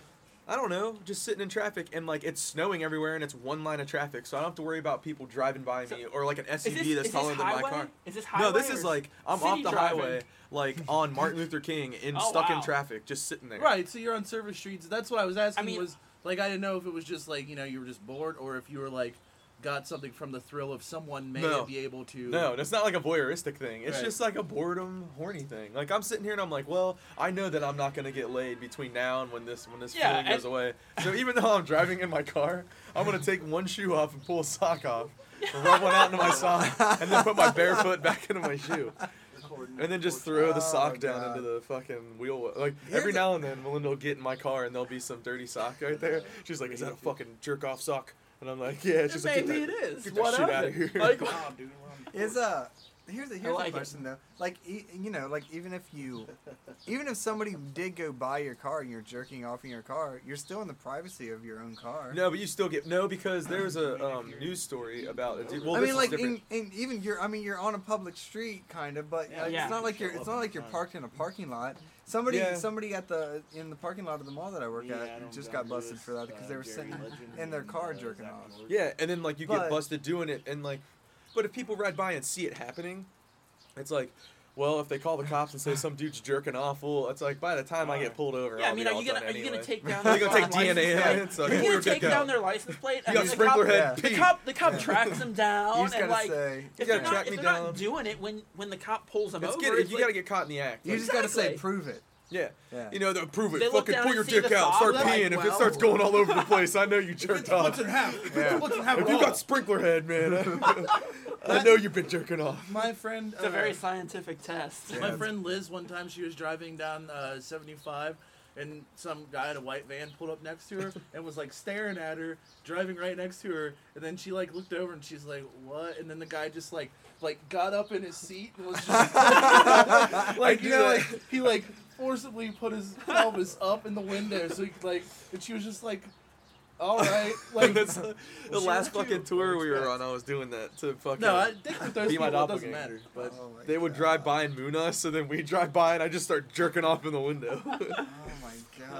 E: I don't know, just sitting in traffic and like it's snowing everywhere and it's one line of traffic, so I don't have to worry about people driving by me or like an
C: Is
E: SUV
C: this,
E: that's
C: is
E: taller
C: this
E: than
C: highway?
E: my car.
C: Is this highway?
E: no, this is
C: or-
E: like I'm off
C: city
E: the
C: driving?
E: highway, like on Martin Luther King, and
C: Oh,
E: stuck
C: wow.
E: in traffic, just sitting there.
B: right. So you're on service streets. That's what I was asking.
C: I mean-
B: was like I didn't know if it was just like you know you were just bored or if you were like got something from the thrill of someone may
E: No.
B: be able to.
E: No, that's not like a voyeuristic thing. It's
B: Right.
E: just like a boredom, horny thing. Like I'm sitting here and I'm like, well, I know that I'm not gonna get laid between now and when this when this
C: Yeah,
E: feeling goes
C: and-
E: away. So even though I'm driving in my car, I'm gonna take one shoe off and pull a sock off, rub one out into my sock, and then put my bare foot back into my shoe. And then just throw
D: Oh,
E: the sock down
D: God.
E: into the fucking wheel. well- Like
D: Here's
E: every
D: a-
E: now and then, Melinda will get in my car and there'll be some dirty sock right there. She's like, "Is that a fucking jerk off sock?" And I'm like, "Yeah." She's like, "Get
C: maybe
E: that,
C: it is.
E: Get that
C: What
E: shit
C: of
E: out
C: it?
E: of here."
C: Like,
D: Is uh, here's a here's
C: like
D: a
C: it.
D: question though. Like e- you know, like even if you, even if somebody did go buy your car and you're jerking off in your car, you're still in the privacy of your own car.
E: no, but you still get no because there was a um, news story about a dude. Well,
D: I
E: this
D: mean,
E: is
D: like,
E: different.
D: in, in even you're. I mean, you're on a public street, kind of, but
F: Yeah,
D: like,
C: yeah.
D: it's not like you're.
F: Show
D: It's
F: up
D: not
F: on
D: like you're
F: time.
D: parked in a parking lot. Somebody,
E: Yeah.
D: somebody at the in the parking lot of the mall that I work
F: Me,
D: at
F: Adam
D: just got
F: Douglas,
D: busted for that because
F: uh,
D: they were
F: Jerry
D: sitting
F: Legend,
D: in their
F: and,
D: car
F: uh,
D: jerking
F: Zach
D: off.
F: George.
E: Yeah, and then like you
D: But-
E: get busted doing it, and like, but if people ride by and see it happening, it's like, well, if they call the cops and say some dude's jerking off, well, it's like by the time I get pulled over,
C: yeah,
E: I'll
C: I mean,
E: be
C: are
E: all
C: you gonna
E: done
C: are you gonna
E: anyway.
C: take down?
E: They gonna
C: their
E: take
C: license
E: DNA
C: plate?
E: evidence? Okay,
C: You're
E: we're
C: gonna
E: good to
C: take
E: go.
C: down their license plate.
E: You
C: and
E: got
C: then the
E: sprinkler
C: cop-
E: head
D: Yeah.
E: pee.
C: The cop, the cop tracks them
D: You
C: down,
D: just
C: and
D: gotta
C: like
D: say.
C: if
E: gotta
C: they're not,
E: track
C: if
E: me
C: they're
E: down.
C: not doing it when when the cop pulls them
E: It's
C: over,
E: good.
C: it's
E: you
C: like,
E: gotta get caught in the act.
D: You
E: like,
D: just gotta say
C: Exactly.
D: prove it.
E: yeah.
D: Yeah.
E: You know, they'll prove
C: They
E: it.
C: look
E: Fucking
C: down
E: pull
C: and
E: your
C: see the
E: dick out. Start
C: sock,
E: peeing.
C: like,
E: if it
D: well-
E: starts going all over the place, I know you jerked off.
B: What's in half? If
D: Yeah.
B: What's in half?
E: If you got sprinkler head, man, I, I know you've been jerking off.
B: my friend.
C: It's a very
B: uh,
C: scientific test.
D: Yeah.
B: My friend Liz, one time she was driving down uh, 75, and some guy in a white van pulled up next to her and was like staring at her, driving right next to her. And then she like looked over and she's like, "What?" And then the guy just like like got up in his seat and was just like
E: do
B: you know
E: that.
B: like he like forcibly put his pelvis up in the window so he could like and she was just like. All right, like
E: That's- the
B: she
E: last
B: was cute.
E: fucking tour we were on, I was doing that to fucking.
B: no, I think with those
E: Be my
B: people it doesn't
E: doppelganger.
B: matter. But
D: Oh my
E: They would
D: God.
E: drive by and moon us, so then we drive by and I just start jerking off in the window.
D: Oh my god.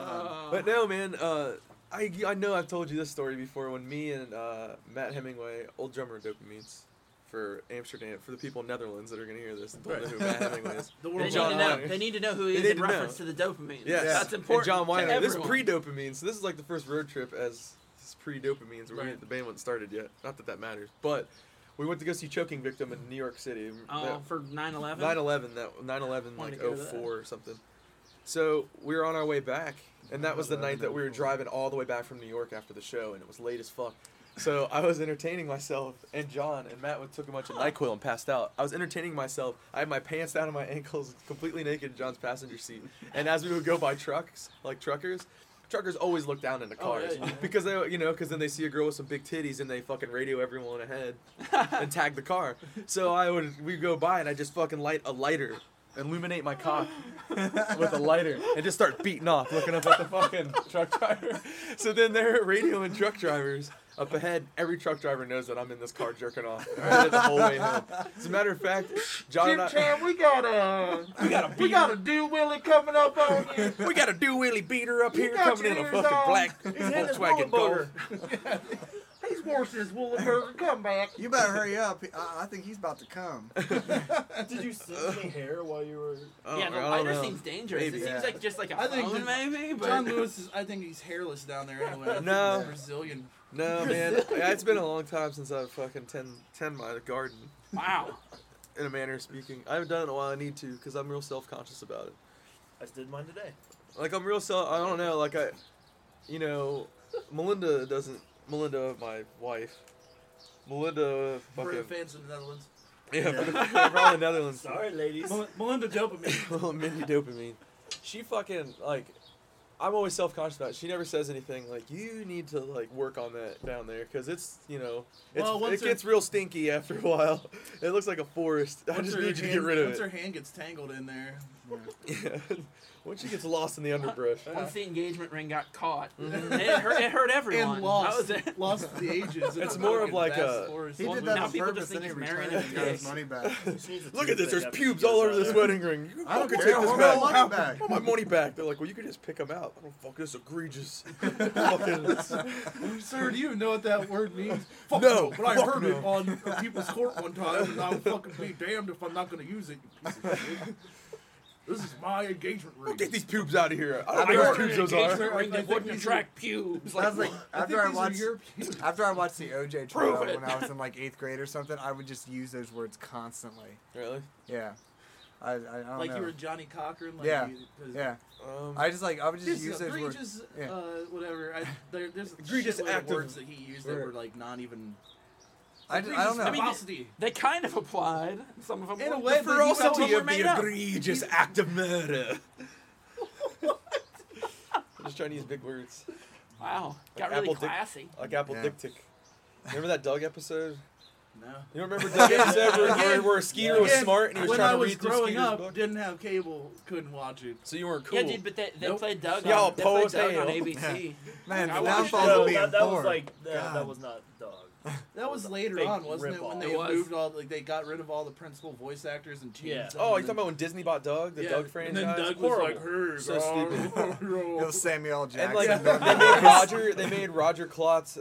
C: Uh,
E: but no, man, uh, I, I know I've told you this story before when me and uh, Matt Hemingway, old drummer of Dopamines, for Amsterdam, for the people in Netherlands that are going to hear this, that don't know who Matt Hemingway is.
B: the
C: They
B: world
C: need,
E: John
C: to know.
E: Wayne.
C: they need to know who he
E: They
C: is
E: need
C: in
E: to know.
C: reference to the dopamine.
E: Yes.
C: That's important.
E: And John Weiner.
C: To
E: This is
C: everyone.
E: pre dopamine, so this is like the first road trip as this is pre dopamine, so we're
B: Right.
E: gonna- the band wasn't started yet. Not that that matters, but We went to go see Choking Victim in New York City.
C: Oh,
E: That-
C: for 9 11?
E: 9/11 that 9/11
C: Wanted
E: like
C: to go to
E: 04 or something. So we were on our way back, and that was the night that we were driving all the way back from New York after the show, and it was late as fuck. So I was entertaining myself, and John and Matt took a bunch of Nyquil and passed out. I was entertaining myself. I had my pants down to my ankles, completely naked in John's passenger seat. And as we would go by trucks, like truckers, truckers always look down into
B: Oh, yeah,
E: cars
B: yeah.
E: because they, you know, because then they see a girl with some big titties and they fucking radio everyone ahead and tag the car. So I would we go by and I just fucking light a lighter, illuminate my cock with a lighter, and just start beating off, looking up at the fucking truck driver. So then there are radio and truck drivers up ahead. Every truck driver knows that I'm in this car jerking off right, the whole way home. As a matter of fact, John and I,
B: we got a we got a we got a do Willie coming up on you.
E: we got a do Willie beater up here
B: got your
E: coming in a
B: ears
E: fucking
B: on.
E: black
B: He's hitting his
E: Volkswagen
B: Whataburger.
E: Golf.
B: He's worse than his Whataburger. Come back.
D: You better hurry up. I, I think he's about to come.
F: Did you see any hair while you were?
E: Oh,
C: yeah, the
E: I don't
C: lighter
E: know.
C: seems dangerous.
E: Maybe.
C: it seems
D: Yeah.
C: like just like a
B: I think
C: phone, maybe. But
B: John Lewis is. I think he's hairless down there anyway. I think
E: No.
B: he's Brazilian.
E: No, man. Yeah, it's been a long time since I've fucking 10, 10 my garden,
C: wow,
E: in a manner of speaking. I haven't done it in a while. I need to because I'm real self conscious about it.
F: I just did mine today.
E: Like, I'm real self. I don't know. Like, I, you know, Melinda doesn't. Melinda, my wife. Melinda,
B: For the
E: fucking.
B: fans in the Netherlands.
E: Yeah, for the, from the Netherlands.
F: Sorry, ladies.
B: Mel- Melinda Dopamine.
E: little mini dopamine. She fucking like. I'm always self conscious about. It. She never says anything like you need to like work on that down there because it's you know it's,
B: Well, once
E: it
B: her-
E: gets real stinky after a while. It looks like a forest. I
B: Once
E: just
B: her
E: need you to get
B: hand-
E: rid of
B: Once her
E: it.
B: hand gets tangled in there.
E: Yeah. once she gets lost in the underbrush.
C: once the engagement ring got caught, it hurt. It hurt everyone.
B: And
C: That was
B: lost,
C: it.
B: lost the ages. in
E: It's
B: a
E: more of
B: fucking
E: like
B: vast
E: a-
B: forest.
D: He
C: Well,
D: did that
C: now
D: on
C: people just
D: purpose,
C: think
D: and he
C: he's marrying
D: returned it and got his
C: his
D: money back.
E: Look at this. There's pubes all over this wedding ring. You
D: I don't
E: fucking
D: care,
E: take
D: I
E: this
D: want
E: back.
D: my money
E: How-
D: back.
E: I want my money back. They're like, well, you could just pick them out. I don't fuck this egregious. Fucking-
B: Sir, do you even know what that word means? Fuck
E: No,
B: but I
E: fuck
B: heard
E: no.
B: it on a people's court one time, and I'll fucking be damned if I'm not gonna use it. You piece of shit. This is my engagement ring.
E: I'll get these pubes out of here. I don't
C: I
E: know what
C: ordered
E: pubes
C: an
E: those are.
C: engagement ring
B: I
C: that
B: think
C: wouldn't
B: these are-
C: attract pubes. Like,
D: I was like,
B: I think
D: after I
B: these are
D: watched
B: European.
D: after I watched the OJ
C: Prove
D: trial
C: it.
D: when I was in like eighth grade or something, I would just use those words constantly.
E: Really?
D: Yeah, I I, I don't
B: Like
D: know.
B: you were Johnny Cochran. Like
D: Yeah,
B: you- 'cause
D: yeah,
E: Um,
D: I just like I would just
B: This
D: use
B: is
D: those words.
B: egregious,
D: yeah.
B: uh, whatever. I, there, there's egregious
E: Egregious act of-
B: words that he used that
E: Right.
B: were like not even.
D: I, just, I don't know.
C: I mean,
B: Verbosity.
C: they kind of applied. Some of them
B: In
C: were,
B: a way, but
C: but for
B: you
C: all
B: know
C: some of them
E: Guilty
C: were
E: of
C: made
E: the
C: up.
E: egregious act of murder. I'm just trying to use big words.
C: Wow,
E: Like
C: got really
E: apple dick-
C: classy.
E: Like Apple
D: Yeah.
E: Dick Tick. Remember that Doug episode?
B: No.
E: You don't remember Doug episode where, where,
B: Again-
E: where Skeeter was
B: Again,
E: smart and he was
B: when
E: trying
B: I
E: to
B: was
E: read through
B: growing
E: Skeeter's
B: up,
E: book?
B: didn't have cable, couldn't watch it.
E: So you weren't cool.
C: Yeah, dude, but they, they
B: Nope.
C: played Doug.
E: Y'all
C: on, they played
E: poets
C: Doug on
E: hell.
C: ABC.
D: Man,
C: I
D: the
C: watched
D: downfall
C: that.
D: of
F: No,
D: being
F: that, that was
D: poor.
F: like no,
D: God.
F: that was not dog.
B: That was later
F: big
B: on, wasn't it? When
F: ripoff.
B: they
C: It was.
B: moved all, like they got rid of all the principal voice actors and changed.
F: Yeah.
B: them
E: oh, you're
B: and-
E: talking about when Disney bought Doug, the
B: yeah.
E: Doug franchise?
B: And then Doug was
E: Horrible.
B: like, "Her,
E: So
D: It was Samuel
E: And
D: Jackson.
E: like
D: doing
E: they
D: that.
E: made Roger, they made Roger Klotz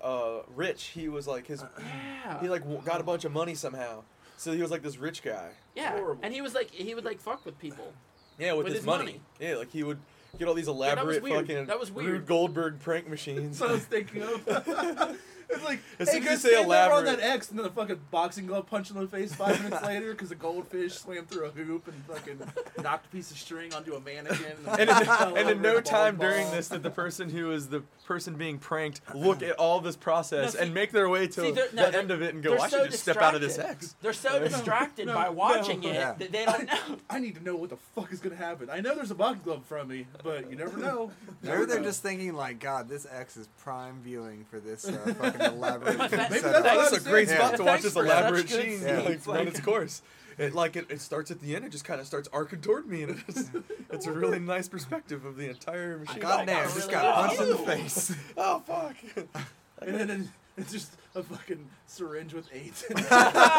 E: uh, rich. He was like his,
C: Yeah.
E: he like w- got a bunch of money somehow. So he was like this rich guy.
C: yeah.
F: horrible.
C: And he was like, he would like fuck with people.
E: Yeah, with,
C: With
E: his,
C: his
E: money.
C: money.
E: Yeah, like he would get all these
C: that was
E: elaborate
C: weird.
E: fucking
C: That was weird.
E: Rube Goldberg prank machines.
B: So I was thinking of. It's like,
E: As
B: hey,
E: soon as
B: go
E: you say
B: stand there on
E: elaborate-
B: that X, and then a fucking boxing glove punched him in the face five minutes later because a goldfish swam through a hoop and fucking knocked a piece of string onto a mannequin.
E: and
B: then
E: in,
B: fell
E: and in
B: over
E: no
B: a bowling
E: time
B: ball.
E: during this did the person who is the person being pranked look at all this process
C: No, see-
E: and make their way to
C: see, they're-
E: the
C: no, they're-
E: end of it and go,
C: they're
E: I
C: so
E: should just step out of this
C: distracted.
E: X.
C: They're so distracted by
B: no,
C: watching it
D: Yeah.
C: that they don't know.
B: I need to know what the fuck is gonna happen. I know there's a boxing glove from me, but you never know.
D: Maybe they're
B: know.
D: just thinking like, God, this X is prime viewing for this uh, fucking elaborate
C: that's-
B: Maybe
D: setup.
B: that's what
E: That's a
B: I'm
E: great
D: saying.
E: spot
D: Yeah.
E: to watch
C: Thanks
E: this
C: for
E: elaborate
C: such good
E: scene
D: scenes,
E: like, run
C: like-
E: its course. It like it, it starts at the end. It just kind of starts arcing toward me, and it's, it's a really nice perspective of the entire machine.
D: God damn,
C: got
D: just
C: really
D: got
C: good.
D: punched in the face.
E: Oh fuck!
B: And then it- it's just a fucking syringe with eight.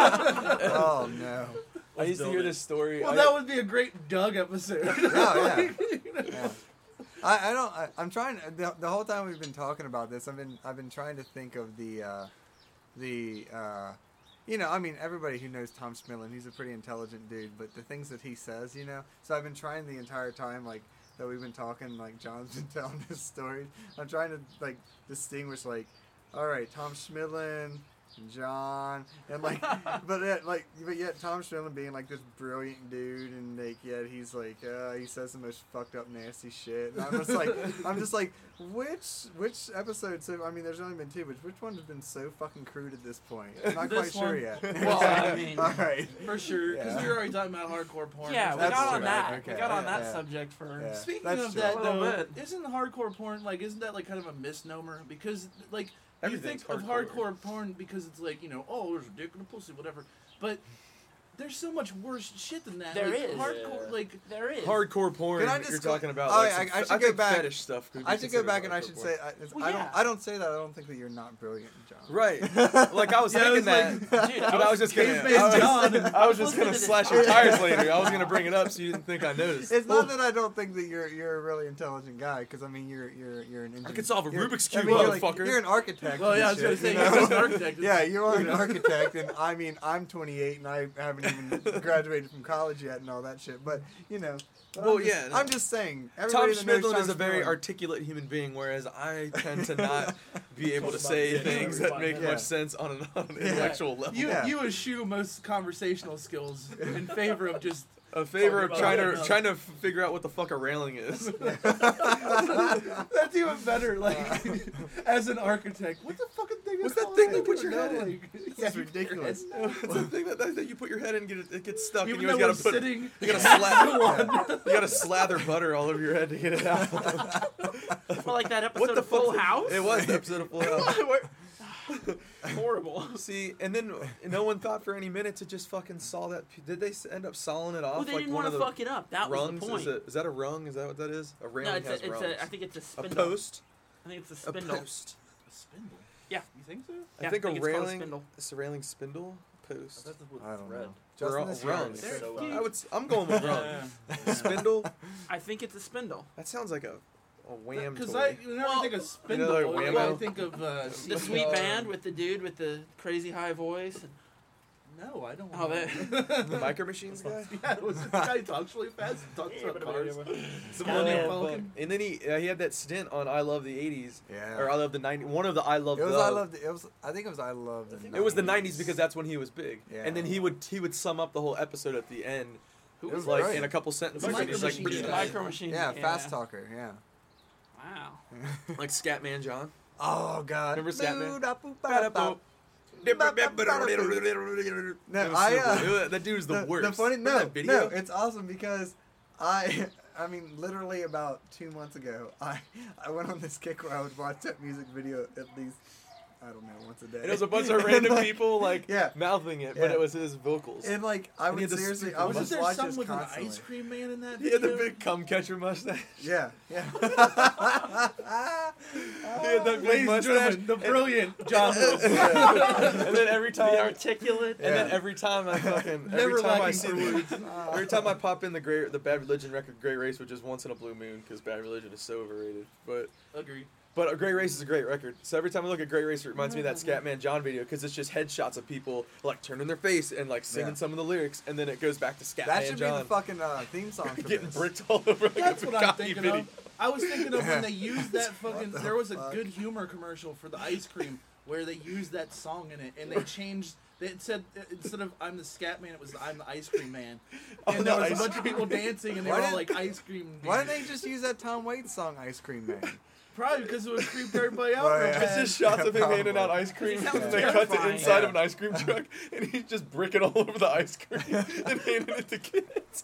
D: oh no.
E: I used to hear
F: build it.
E: this story.
B: well,
E: I-
B: that would be a great Doug episode.
D: Oh yeah. yeah. I, I don't. I, I'm trying. The, the whole time we've been talking about this, I've been I've been trying to think of the, uh, the, uh, you know, I mean, everybody who knows Tom Smilin, he's a pretty intelligent dude, but the things that he says, you know. So I've been trying the entire time, like that we've been talking, like John's been telling his stories. I'm trying to like distinguish, like, all right, Tom Schmidlin, John, and like, but it, like, but yet Tom Sherman being like this brilliant dude, and like, yet he's like, uh, he says the most fucked up, nasty shit. And I'm just like, I'm just like, which which episode? So I mean, there's only been two, but which one has been so fucking crude at this point? I'm not
B: This
D: quite sure
B: one.
D: yet.
B: Well,
C: I mean-
D: all right.
B: For sure, because we
D: Yeah.
B: were already talking about hardcore porn.
C: yeah, we
D: That's
C: got on
D: true.
C: that.
D: Okay,
C: We got on
D: yeah,
C: that
D: yeah.
C: subject for.
D: Yeah.
B: Speaking
D: That's
B: of
D: true.
B: that,
C: A little
B: though,
C: bit.
B: isn't hardcore porn like isn't that like kind of a misnomer? Because like you
E: Everything's
B: think of
E: hardcore.
B: hardcore porn because it's like you know oh there's a dick and a pussy whatever, but there's so much worse shit than that.
C: There
B: like,
C: is.
B: Hardcore
E: Yeah.
B: like
C: There is.
E: Hardcore porn.
D: Can I
E: that you're
D: just go-
E: talking about?
D: Oh,
E: like,
D: yeah, I-
E: some
D: I
E: fe-
D: should go
E: think
D: back.
E: fetish stuff. could be
D: I should go
E: considered
D: back and I
E: hardcore
D: should
E: porn.
D: say I, it's,
C: Well,
D: I don't
C: yeah.
D: I don't say that I don't think that you're not brilliant, John.
E: Right. Like I was
B: Yeah, I
E: thinking
B: was
E: that.
B: like-
C: Dude,
E: But I was just gonna,
B: It's
E: I was,
B: based on-
E: I was just gonna
C: Listen to
E: slash
C: this.
E: your tires later. I was gonna bring it up so you didn't think I noticed.
D: It's not that I don't think that you're you're a really intelligent guy because I mean you're you're you're an engineer.
E: I could solve a
D: you're-
E: Rubik's
D: I
E: Cube,
D: mean, you're, like-
E: motherfucker.
D: you're an architect.
B: well
D: and
B: yeah I was gonna
D: shit, you
B: say you're just an
D: know?
B: architect.
D: Yeah, you are an
B: know?
D: architect, and I mean, I'm 28 and I haven't even graduated from college yet, and all that shit. But you know, but
E: Well,
D: I'm just,
E: yeah, no.
D: I'm just saying.
E: Tom
D: everybody that knows
E: Smithland is
D: Tom
E: a very
D: Smithland-
E: articulate human being, whereas I tend to not be able to
F: Talk about
E: say
F: dick
E: things
F: every
E: that make
D: five
E: much
D: minutes.
E: sense on an, on an
D: Yeah.
E: intellectual level.
B: You
D: Yeah.
B: you eschew most conversational skills in favor of just
E: a favor of
B: Talking
E: trying
B: about
E: to
B: dick.
E: trying to f- figure out what the fuck a railing is.
B: that's even better. Like as an architect, what the fucking thing? is
E: What's that
B: all
E: thing
B: I
E: you put
B: do
E: your
B: now?
E: head in?
B: Like,
D: This is ridiculous.
E: it's a thing that, that, that you put your head in, get it, it gets stuck,
B: Even
E: and
B: though
E: you
B: we're
E: always gotta put
B: sitting,
E: you gotta slather you gotta slather butter all over your head to get it out.
C: well, like that episode
E: what the
C: of Full
E: fuck?
C: House.
E: It was the episode of Full House.
C: horrible.
E: See, and then no one thought for any minute to just fucking saw that. p- Did they s- end up sawing it off?
C: Well, they
E: like
C: didn't
E: one
C: want
E: of
C: to
E: the
C: fuck it up. That was the
E: rungs?
C: point.
E: Is, it, is that a rung? Is that what that is? A railing
C: no, it's,
E: has
C: a, it's
E: rungs.
C: a. I think it's a
E: a
C: spindle.
E: post.
C: I think it's a
E: A
C: spindle.
E: post.
B: A spindle.
C: Yeah.
B: You think so?
C: Yeah,
E: I think, a
C: it's called
E: railing.
C: spindle.
E: It's a railing spindle post.
F: That's with
D: I don't
F: thread.
D: know.
E: We're
D: Justin,
E: all
D: this
E: wrong.
D: is
C: They're
F: So,
C: cute.
F: uh,
E: I would. s- I'm going with rung. Spindle.
C: I think it's a spindle.
E: That sounds like a, a wham
B: Because
E: toy.
B: I whenever I think
C: Well-
B: of spindle,
E: like
B: whenever I
E: Whammo?
B: think of uh,
C: The
B: CPR.
C: sweet band with the dude with the crazy high voice.
B: No, I don't.
C: Oh,
B: know.
E: the micro machines guy.
B: yeah, it was this guy who talks really fast. and Talks about cars. The one named
E: Oh, fuck.
B: Falcon.
E: and then he uh, he had that stint on I Love the 80s
D: Yeah.
E: or I Love the 90s. One of the I Love
D: It was
E: the,
D: I loved it was I think it was I loved
F: think
E: It was the '90s because that's when he was big,
D: Yeah.
E: and then he would he would sum up the whole episode at the end,
C: Who
D: It was
E: like
D: Right.
E: in a couple sentences.
B: The
E: and he's like,
B: Machine
E: pretty
B: Guy.
E: nice.
C: Micro machine.
D: yeah, fast talker yeah
C: Wow.
E: like Scatman John.
D: oh god
E: Remember Scatman?
D: Boo-da-boo-ba-da-bop.
E: That was
D: I,
E: so
D: uh,
E: good. that dude was the, worst.
D: The funny no,
E: Remember that
D: no,
E: video?
D: it's awesome because I, I mean, literally about two months ago, I, I went on this kick where I would watch that music video at least, I don't know, once a day.
E: and it was a bunch of
D: And,
E: random
D: like,
E: people like
D: Yeah.
E: mouthing it, but
D: Yeah.
E: it was his vocals.
D: And like, I
E: And he
D: would
E: had this
D: seriously,
E: stupid
D: I would
B: Wasn't
D: just
B: there
D: watch
B: some
D: this
B: with an
D: constantly.
B: ice cream man in that?
E: he had the
B: video?
E: big cum catcher mustache.
D: Yeah, yeah.
E: he had that big
B: Ladies and
E: mustache.
B: gentlemen, the brilliant John. Lewis.
E: and then every time,
C: The articulate.
E: and then
D: Yeah.
E: every time I fucking,
B: Never
E: every time I
B: lacking
E: see
B: for
E: the-
B: words.
E: Every time I pop in the great, the Bad Religion record, Great Race, which is once in a blue moon, because Bad Religion is so overrated. But
B: Agree.
E: but a Great Race is a great record. So every time I look at Great Race, it reminds me of that Scatman John video, because it's just headshots of people like turning their face and like singing
D: Yeah.
E: some of the lyrics, and then it goes back to Scatman
D: that should be
E: John
D: the fucking uh, theme song for
E: getting
D: this.
E: bricked all over like
B: That's
E: a
B: what I'm
E: Bugatti
B: thinking
E: video.
B: of. I was thinking of when they used that fucking.
D: the
B: there was a
D: fuck?
B: good humor commercial for the ice cream where they used that song in it, and they changed. They had said instead of "I'm the Scat Man," it was "I'm the Ice Cream Man," and
E: Oh, the
B: there was a
E: ice
B: bunch of people dancing, and they
D: Why
B: were all
D: didn't-
B: like ice cream.
D: Why
B: dudes."
D: didn't they just use that Tom Waits song, Ice Cream Man?
B: Probably because it would creep everybody out.
D: Oh,
B: real
D: yeah.
E: It's
B: bad.
E: just shots of him
D: Probably.
E: handing out ice cream,
C: That
E: and
C: was
E: they cut to
C: terrifying.
E: inside of
D: Yeah.
E: an ice cream truck, and he's just bricking all over the ice cream and handing it to kids.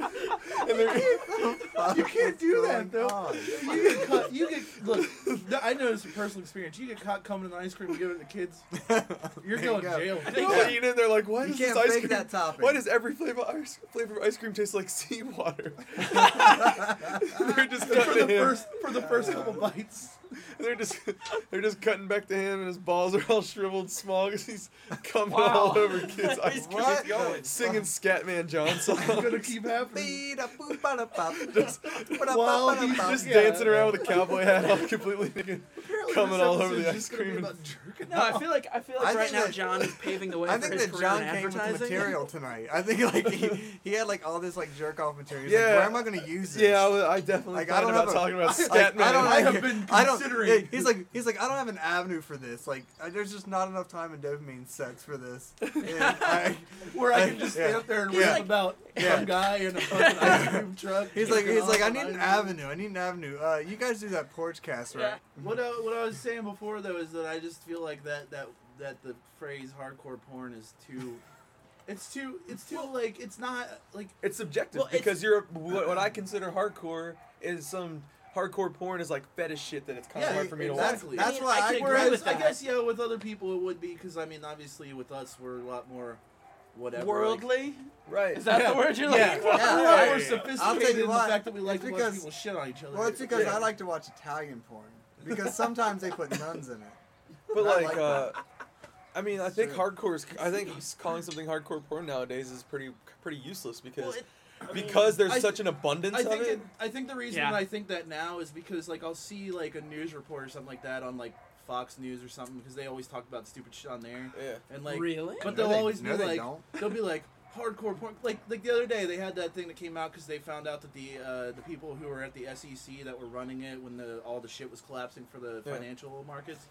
E: and they're,
B: You can't do that
D: Going
B: though.
D: on.
B: You get caught. You get look. No, I know this from personal experience. You get caught coming in ice cream and giving it to kids. You're
D: There you
B: going
D: go.
B: jail.
E: They
D: Yeah.
E: eat it. They're like, why
D: You
E: does
D: can't
E: this ice
D: fake
E: cream?
D: that topping.
E: Why does every flavor of ice, flavor of ice cream taste like seawater? they're just
B: For
E: cutting
B: the
E: to him.
B: first, for the first couple bites.
E: They're just they're just cutting back to him, and his balls are all shriveled small because he's coming
C: Wow.
E: all over kids' ice cream,
D: What?
E: singing Scatman John
B: It's
E: songs.
B: gonna keep happening.
D: Beep-da-boop-ba-da-bop.
E: just
D: Ba-da-ba-ba-da-bop.
B: While he's
E: just
B: Yeah.
E: dancing around with a cowboy hat on, completely naked. coming all over the ice
B: just gonna be
E: cream.
B: about jerking
C: No, I feel like I feel like
D: I
C: right
D: think
C: now
D: that-
C: John is paving the way
D: I
C: for
D: think
C: his
D: that
C: career
D: John
C: in
D: came with the
C: advertising.
D: material tonight. I think like he, he had like all this like jerk off material. He's
E: Yeah.
D: Like, where am I gonna use this?
E: Yeah, I, wa- I definitely
D: Like, I
E: thought
D: don't
E: about
D: have a-
E: talking about
D: Like,
E: Scatman.
D: I don't.
B: I
D: like,
B: have been
D: I don't-
B: considering.
D: He's like, he's like, I don't have an avenue for this. Like, I, there's just not enough time and dopamine sex for this. And I-
B: where I can just stand
D: Yeah.
B: up there and
D: Yeah.
B: rap about
D: Yeah.
B: some guy in a fucking ice cream truck.
D: he's like,
B: jerking
D: he's like,
B: off
D: I
B: on
D: need an
B: ice cream.
D: avenue. I need an avenue. Uh, you guys do that porch cast, right?
B: What I, what I was saying before though is that I just feel like that that that the phrase hardcore porn is too, it's too it's too like it's not like
E: It's subjective
C: Well, it's-
E: because you're what, what I consider hardcore is some hardcore porn is like fetish shit that it's kind of
B: Yeah,
E: hard for me
B: exactly.
E: to watch.
B: I
D: That's
C: mean,
D: why
C: I
D: I, whereas-
C: could agree
B: whereas
C: with
B: I
C: that.
B: guess yeah with other people it would be because I mean obviously with us we're a lot more whatever like-
C: Worldly?
E: Right.
C: Is that
B: Yeah.
C: the word you're
B: yeah,
C: looking
B: we're
C: for?
D: Yeah.
B: a lot
D: Yeah.
B: more
D: I'll tell
B: sophisticated
D: you
B: in the
D: what,
B: fact that we like
D: it's
B: to watch
D: because-
B: people shit on each other.
D: Well, it's because
E: Yeah.
D: I like to watch Italian porn because sometimes they put nuns in it.
E: But
D: I
E: like,
D: like
E: uh, I mean, I think
D: true.
E: hardcore is. I think s- calling something hardcore porn nowadays is pretty pretty useless because
C: Well, it-
E: because there's
B: I th-
E: such an abundance
B: I think
E: of it.
B: it, I think the reason
C: Yeah.
B: I think that now is because like I'll see like a news report or something like that on like Fox News or something because they always talk about stupid shit on there
E: yeah.
B: and like
C: Really?
B: but
D: No,
B: they'll
D: they-
B: always
D: no,
B: be
D: they
B: like
D: don't.
B: they'll be like hardcore porn like like the other day they had that thing that came out because they found out that the uh, the people who were at the SEC that were running it when the all the shit was collapsing for the
E: Yeah.
B: financial markets.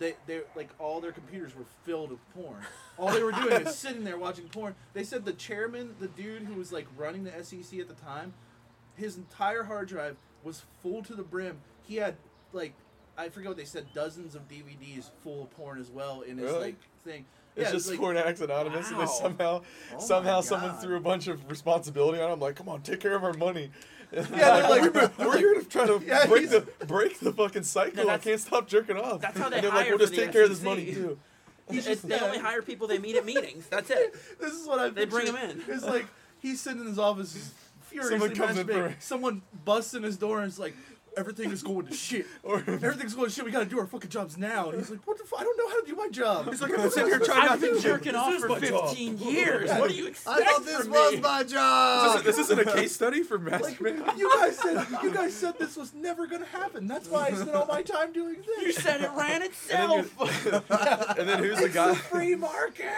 B: They, they like all their computers were filled with porn. All they were doing is sitting there watching porn. They said the chairman, the dude who was like running the SEC at the time, his entire hard drive was full to the brim. He had like I forget what they said, dozens of DVDs full of porn as well in his
E: Really?
B: like thing.
E: It's
B: yeah,
E: just
B: like,
E: Porn Addicts Anonymous, and they
C: Wow.
E: somehow,
D: Oh my
E: somehow, someone
D: God.
E: threw a bunch of responsibility on. them. like, "Come on, take care of our money." Yeah,
B: they're like-
E: we're, we're here to try to
B: Yeah,
E: break the
B: he's-
E: break the fucking cycle. I
C: that's-
E: can't stop jerking off.
C: that's how they
E: and they're like,
C: hire
E: "We'll
C: for
E: just
C: the E
E: take care of this
C: SEC.
E: money too."
B: He's
C: It's,
B: just
C: they only hire people they meet at meetings. That's it.
B: This is what I.
C: They bring
B: pictured.
C: him in.
B: It's like he's sitting in his office, he's furiously
E: Someone
B: someone
E: comes in for-
B: Someone busts in his door and is like, "Everything is going to shit.
E: Or
B: Everything's going to shit. We got to do our fucking jobs now." And he's like, "What the? F- I don't know how to do my job." He's like, "I'm sitting here trying
C: I've
B: not to
C: been
B: do it."
C: jerking off
E: is
C: for
E: my job.
C: 15 years. What do you expect?
D: I thought this
C: from
D: was
C: me?
D: my job.
E: this isn't a case study for
B: Like,
E: masturbation.
B: you guys said you guys said this was never gonna happen. That's why I spent all my time doing
C: You
B: this.
C: said it ran
E: And
C: itself.
E: then, you're- and then who's the guy?
B: Free market.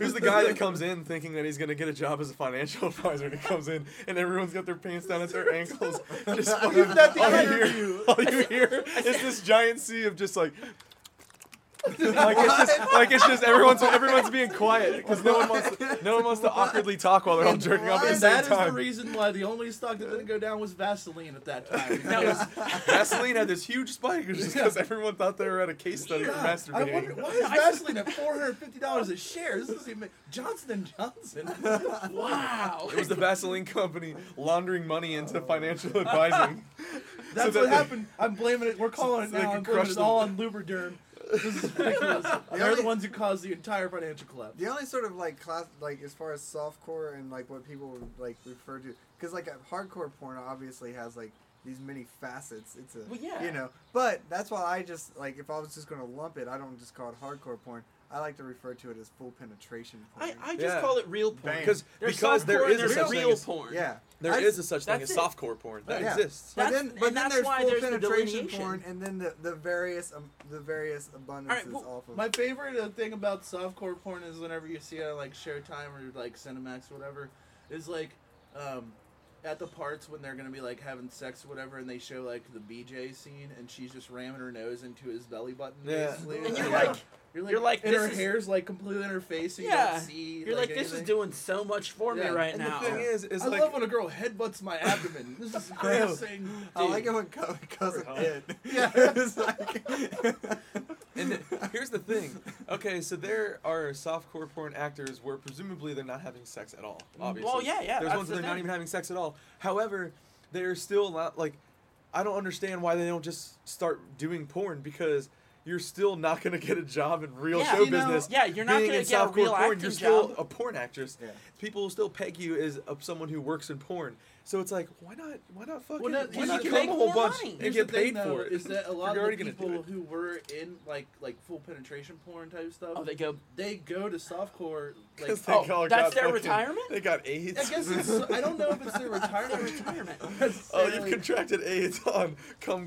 E: Who's the guy that comes in thinking that he's gonna get a job as a financial advisor? And he comes in and everyone's got their pants down at their ankles. Just fucking,
B: You've got the
E: all, you hear,
B: interview.
E: all you hear is this giant sea of just like. like it's just like it's just everyone's everyone's being quiet because no one wants to, no one wants to awkwardly talk while they're all jerking off at the
B: And
E: same
B: that is the
E: time.
B: reason why the only stock that didn't go down was Vaseline at that time.
C: That was-
E: Vaseline had this huge spike just because everyone thought they were at a case study for
B: God, I
E: masturbating.
B: wonder why is Vaseline at four hundred fifty dollars a share? This is even Johnson and Johnson.
C: wow.
E: It was the Vaseline company laundering money into financial advising.
B: That's
E: that
B: what
E: they-
B: happened. I'm blaming it. We're calling
E: so
B: it
E: they
B: now.
E: can
B: I'm blaming
E: crush
B: it all
E: them.
B: on Lubriderm. This is ridiculous. They're
D: only-
B: the ones who caused the entire financial collapse.
D: The only sort of like class, like as far as softcore and like what people would, like refer to, because like uh, hardcore porn obviously has like these many facets. It's a
C: Well, yeah.
D: you know, but that's why I just like if I was just gonna lump it, I don't just call it hardcore porn. I like to refer to it as full penetration porn.
C: I, I just
E: Yeah.
C: call it real porn.
D: Bang.
E: Because
C: There's
E: because
C: soft
E: there
C: porn,
E: is a
C: there's
E: such thing
C: real
E: as,
C: porn.
D: yeah,
E: there
D: I-
E: is a such thing
C: that's
E: as
C: it.
E: softcore porn that
D: Yeah.
E: exists.
D: But
C: That's-
D: then,
C: and
D: but then
C: that's
D: there's
C: why
D: full
C: there's the
D: penetration
C: delineation.
D: porn, and then the, the various um, the various abundances
C: well,
D: off of.
B: My favorite uh, thing about softcore porn is whenever you see it on like Showtime or like Cinemax or whatever, is like um, at the parts when they're gonna be like having sex or whatever, and they show like the BJ scene, and she's just ramming her nose into his belly button.
E: Yeah.
B: basically.
C: And you're
B: Yeah.
C: like,
B: you're like,
C: you're like,
B: and her
C: this is-
B: hair's like completely in her face, so you
C: Yeah.
B: don't see.
C: you're like, this is
B: anything.
C: doing so much for me
B: Yeah.
C: right
E: And
C: now.
E: the thing is, is
B: I
E: like
B: love when a girl headbutts my abdomen. This is the greatest thing.
D: I like it when co- cousin
F: Huh.
D: did.
B: Yeah.
D: It's like-
E: and the- here's the thing. Okay, so there are softcore porn actors where presumably they're not having sex at all. Obviously.
C: Well, yeah, yeah,
E: There's
C: that's
E: ones that
C: the
E: they're not
C: thing.
E: even having sex at all. However, they're still not like I don't understand why they don't just start doing porn because you're still not gonna get a job in real
C: Yeah.
E: show
C: You
B: know,
E: business.
C: yeah, you're not
E: Being
C: gonna
E: in
C: get a
E: softcore
C: real
E: porn,
C: acting
E: You're still
C: job.
E: a porn actress.
D: Yeah.
E: People will still peg you as a, someone who works in porn. So it's like, why not? Why not fucking?
B: no,
E: why
B: here's
E: not
B: the
E: come
B: thing-
E: a whole
C: more
E: bunch
C: money.
E: and
B: Here's
E: get
B: the thing,
E: paid
B: though,
E: for it?
B: is that a lot of
E: You're already
B: the
E: gonna do
B: people
E: it.
B: who were in like like full penetration porn type stuff,
C: Oh, they go.
B: they go to softcore. Like,
E: 'Cause
C: Oh,
E: all
C: that's
E: got
C: their
E: fucking-
C: retirement?
E: They got AIDS.
B: I guess it's, I don't know if it's their retirement.
C: retirement.
E: Oh, you've
B: necessarily.
E: contracted AIDS on Cum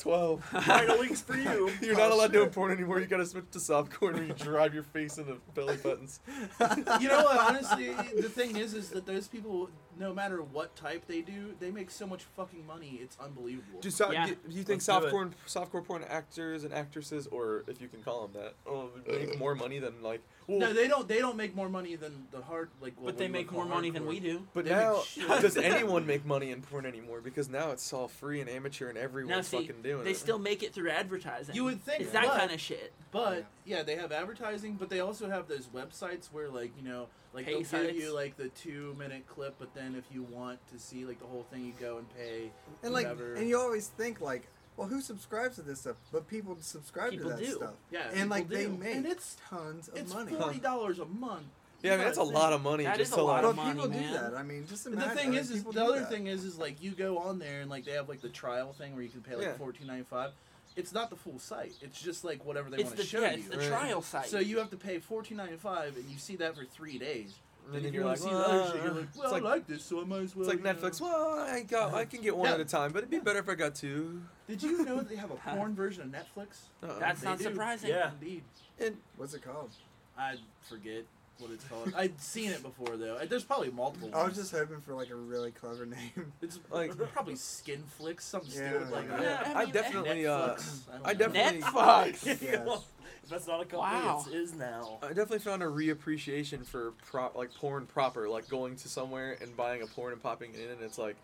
E: 12.
F: Final weeks for you.
E: You're not
F: Oh,
E: allowed to
F: shit.
E: do porn anymore. You gotta switch to softcore where you drive your face into belly buttons.
B: you know what? Honestly, the thing is, is that those people, no matter what type they do, they make so much fucking money. It's unbelievable.
E: Do, so-
C: Yeah.
E: do, do you think
F: Let's do
E: softcore, and, softcore porn actors and actresses, or if you can call them that, oh, make more money than like? Well,
B: Uh, no, they don't. They don't make more money than the hard like. what
C: But they
B: we would
C: make
B: call
C: more money than
B: hardcore.
C: we do.
E: but
B: they make
E: now,
B: shit.
E: does anyone make money in porn anymore? Because now it's all free and amateur, and
C: Now,
E: everyone's
C: see,
E: fucking doing
C: they
E: it.
C: still make it through advertising.
B: You would think
C: It's that
B: but-
C: kind of shit.
B: But yeah. they have advertising, but they also have those websites where like you know, like
C: Pay
B: they'll
C: sites.
B: give you like the two minute clip, but then if you want to see like the whole thing, you go and pay.
D: And like,
B: whatever.
D: and you always think like, well, who subscribes to this stuff? But people subscribe
C: People
D: to that
C: do.
D: stuff.
B: Yeah,
D: and like
B: people
D: they
B: do.
D: make
B: And it's-
D: tons of
B: it's
D: money.
B: forty dollars a month.
E: yeah, I mean, that's a lot of money.
C: That is
E: just
C: a
E: to,
C: lot
E: like,
D: But
C: of money,
D: people
C: man.
D: do that. I mean, just
B: But
D: imagine.
B: the thing
D: I
B: is,
D: mean,
B: is
D: people
B: the
D: do
B: other
D: that.
B: thing is, is like you go on there and like they have like the trial thing where you can pay like
E: Yeah.
B: fourteen ninety five. It's not the full site. It's just like whatever they
C: It's
B: want to
C: the
B: show
C: yeah,
B: you.
C: it's the
E: Right.
C: trial site.
B: So you have to pay fourteen ninety five, and you see that for three days.
E: And
B: Then
E: then
B: if you
E: you're
B: want
E: like,
B: to see the other shit,
E: "Uh,
B: you're like,
E: it's
B: well,
E: like-
B: I like this, so I might as well. you
E: It's like
B: know."
E: Netflix. Well, I got, I can get one
B: Yeah.
E: at a time, but it'd be better if I got two.
B: Did you know that they have a porn version of Netflix?
E: Uh-uh.
C: That's
B: They
C: not
B: do.
C: surprising.
F: Yeah.
B: Indeed.
E: and
D: What's it called?
B: I forget what it's called. I'd seen it before though. There's probably multiple.
D: I was
B: ones.
D: just hoping for like a really clever name.
B: it's
E: like-
B: probably Skinflix, something
D: Yeah,
B: stupid like
D: yeah.
B: that.
C: I
E: I,
C: mean,
E: definitely, uh,
B: Netflix. don't
E: I
B: know.
E: definitely-
C: Netflix.
D: Yes.
F: If that's not a company,
C: Wow.
F: it is now.
E: I definitely found a reappreciation for prop, like porn proper, like going to somewhere and buying a porn and popping it in, and it's like,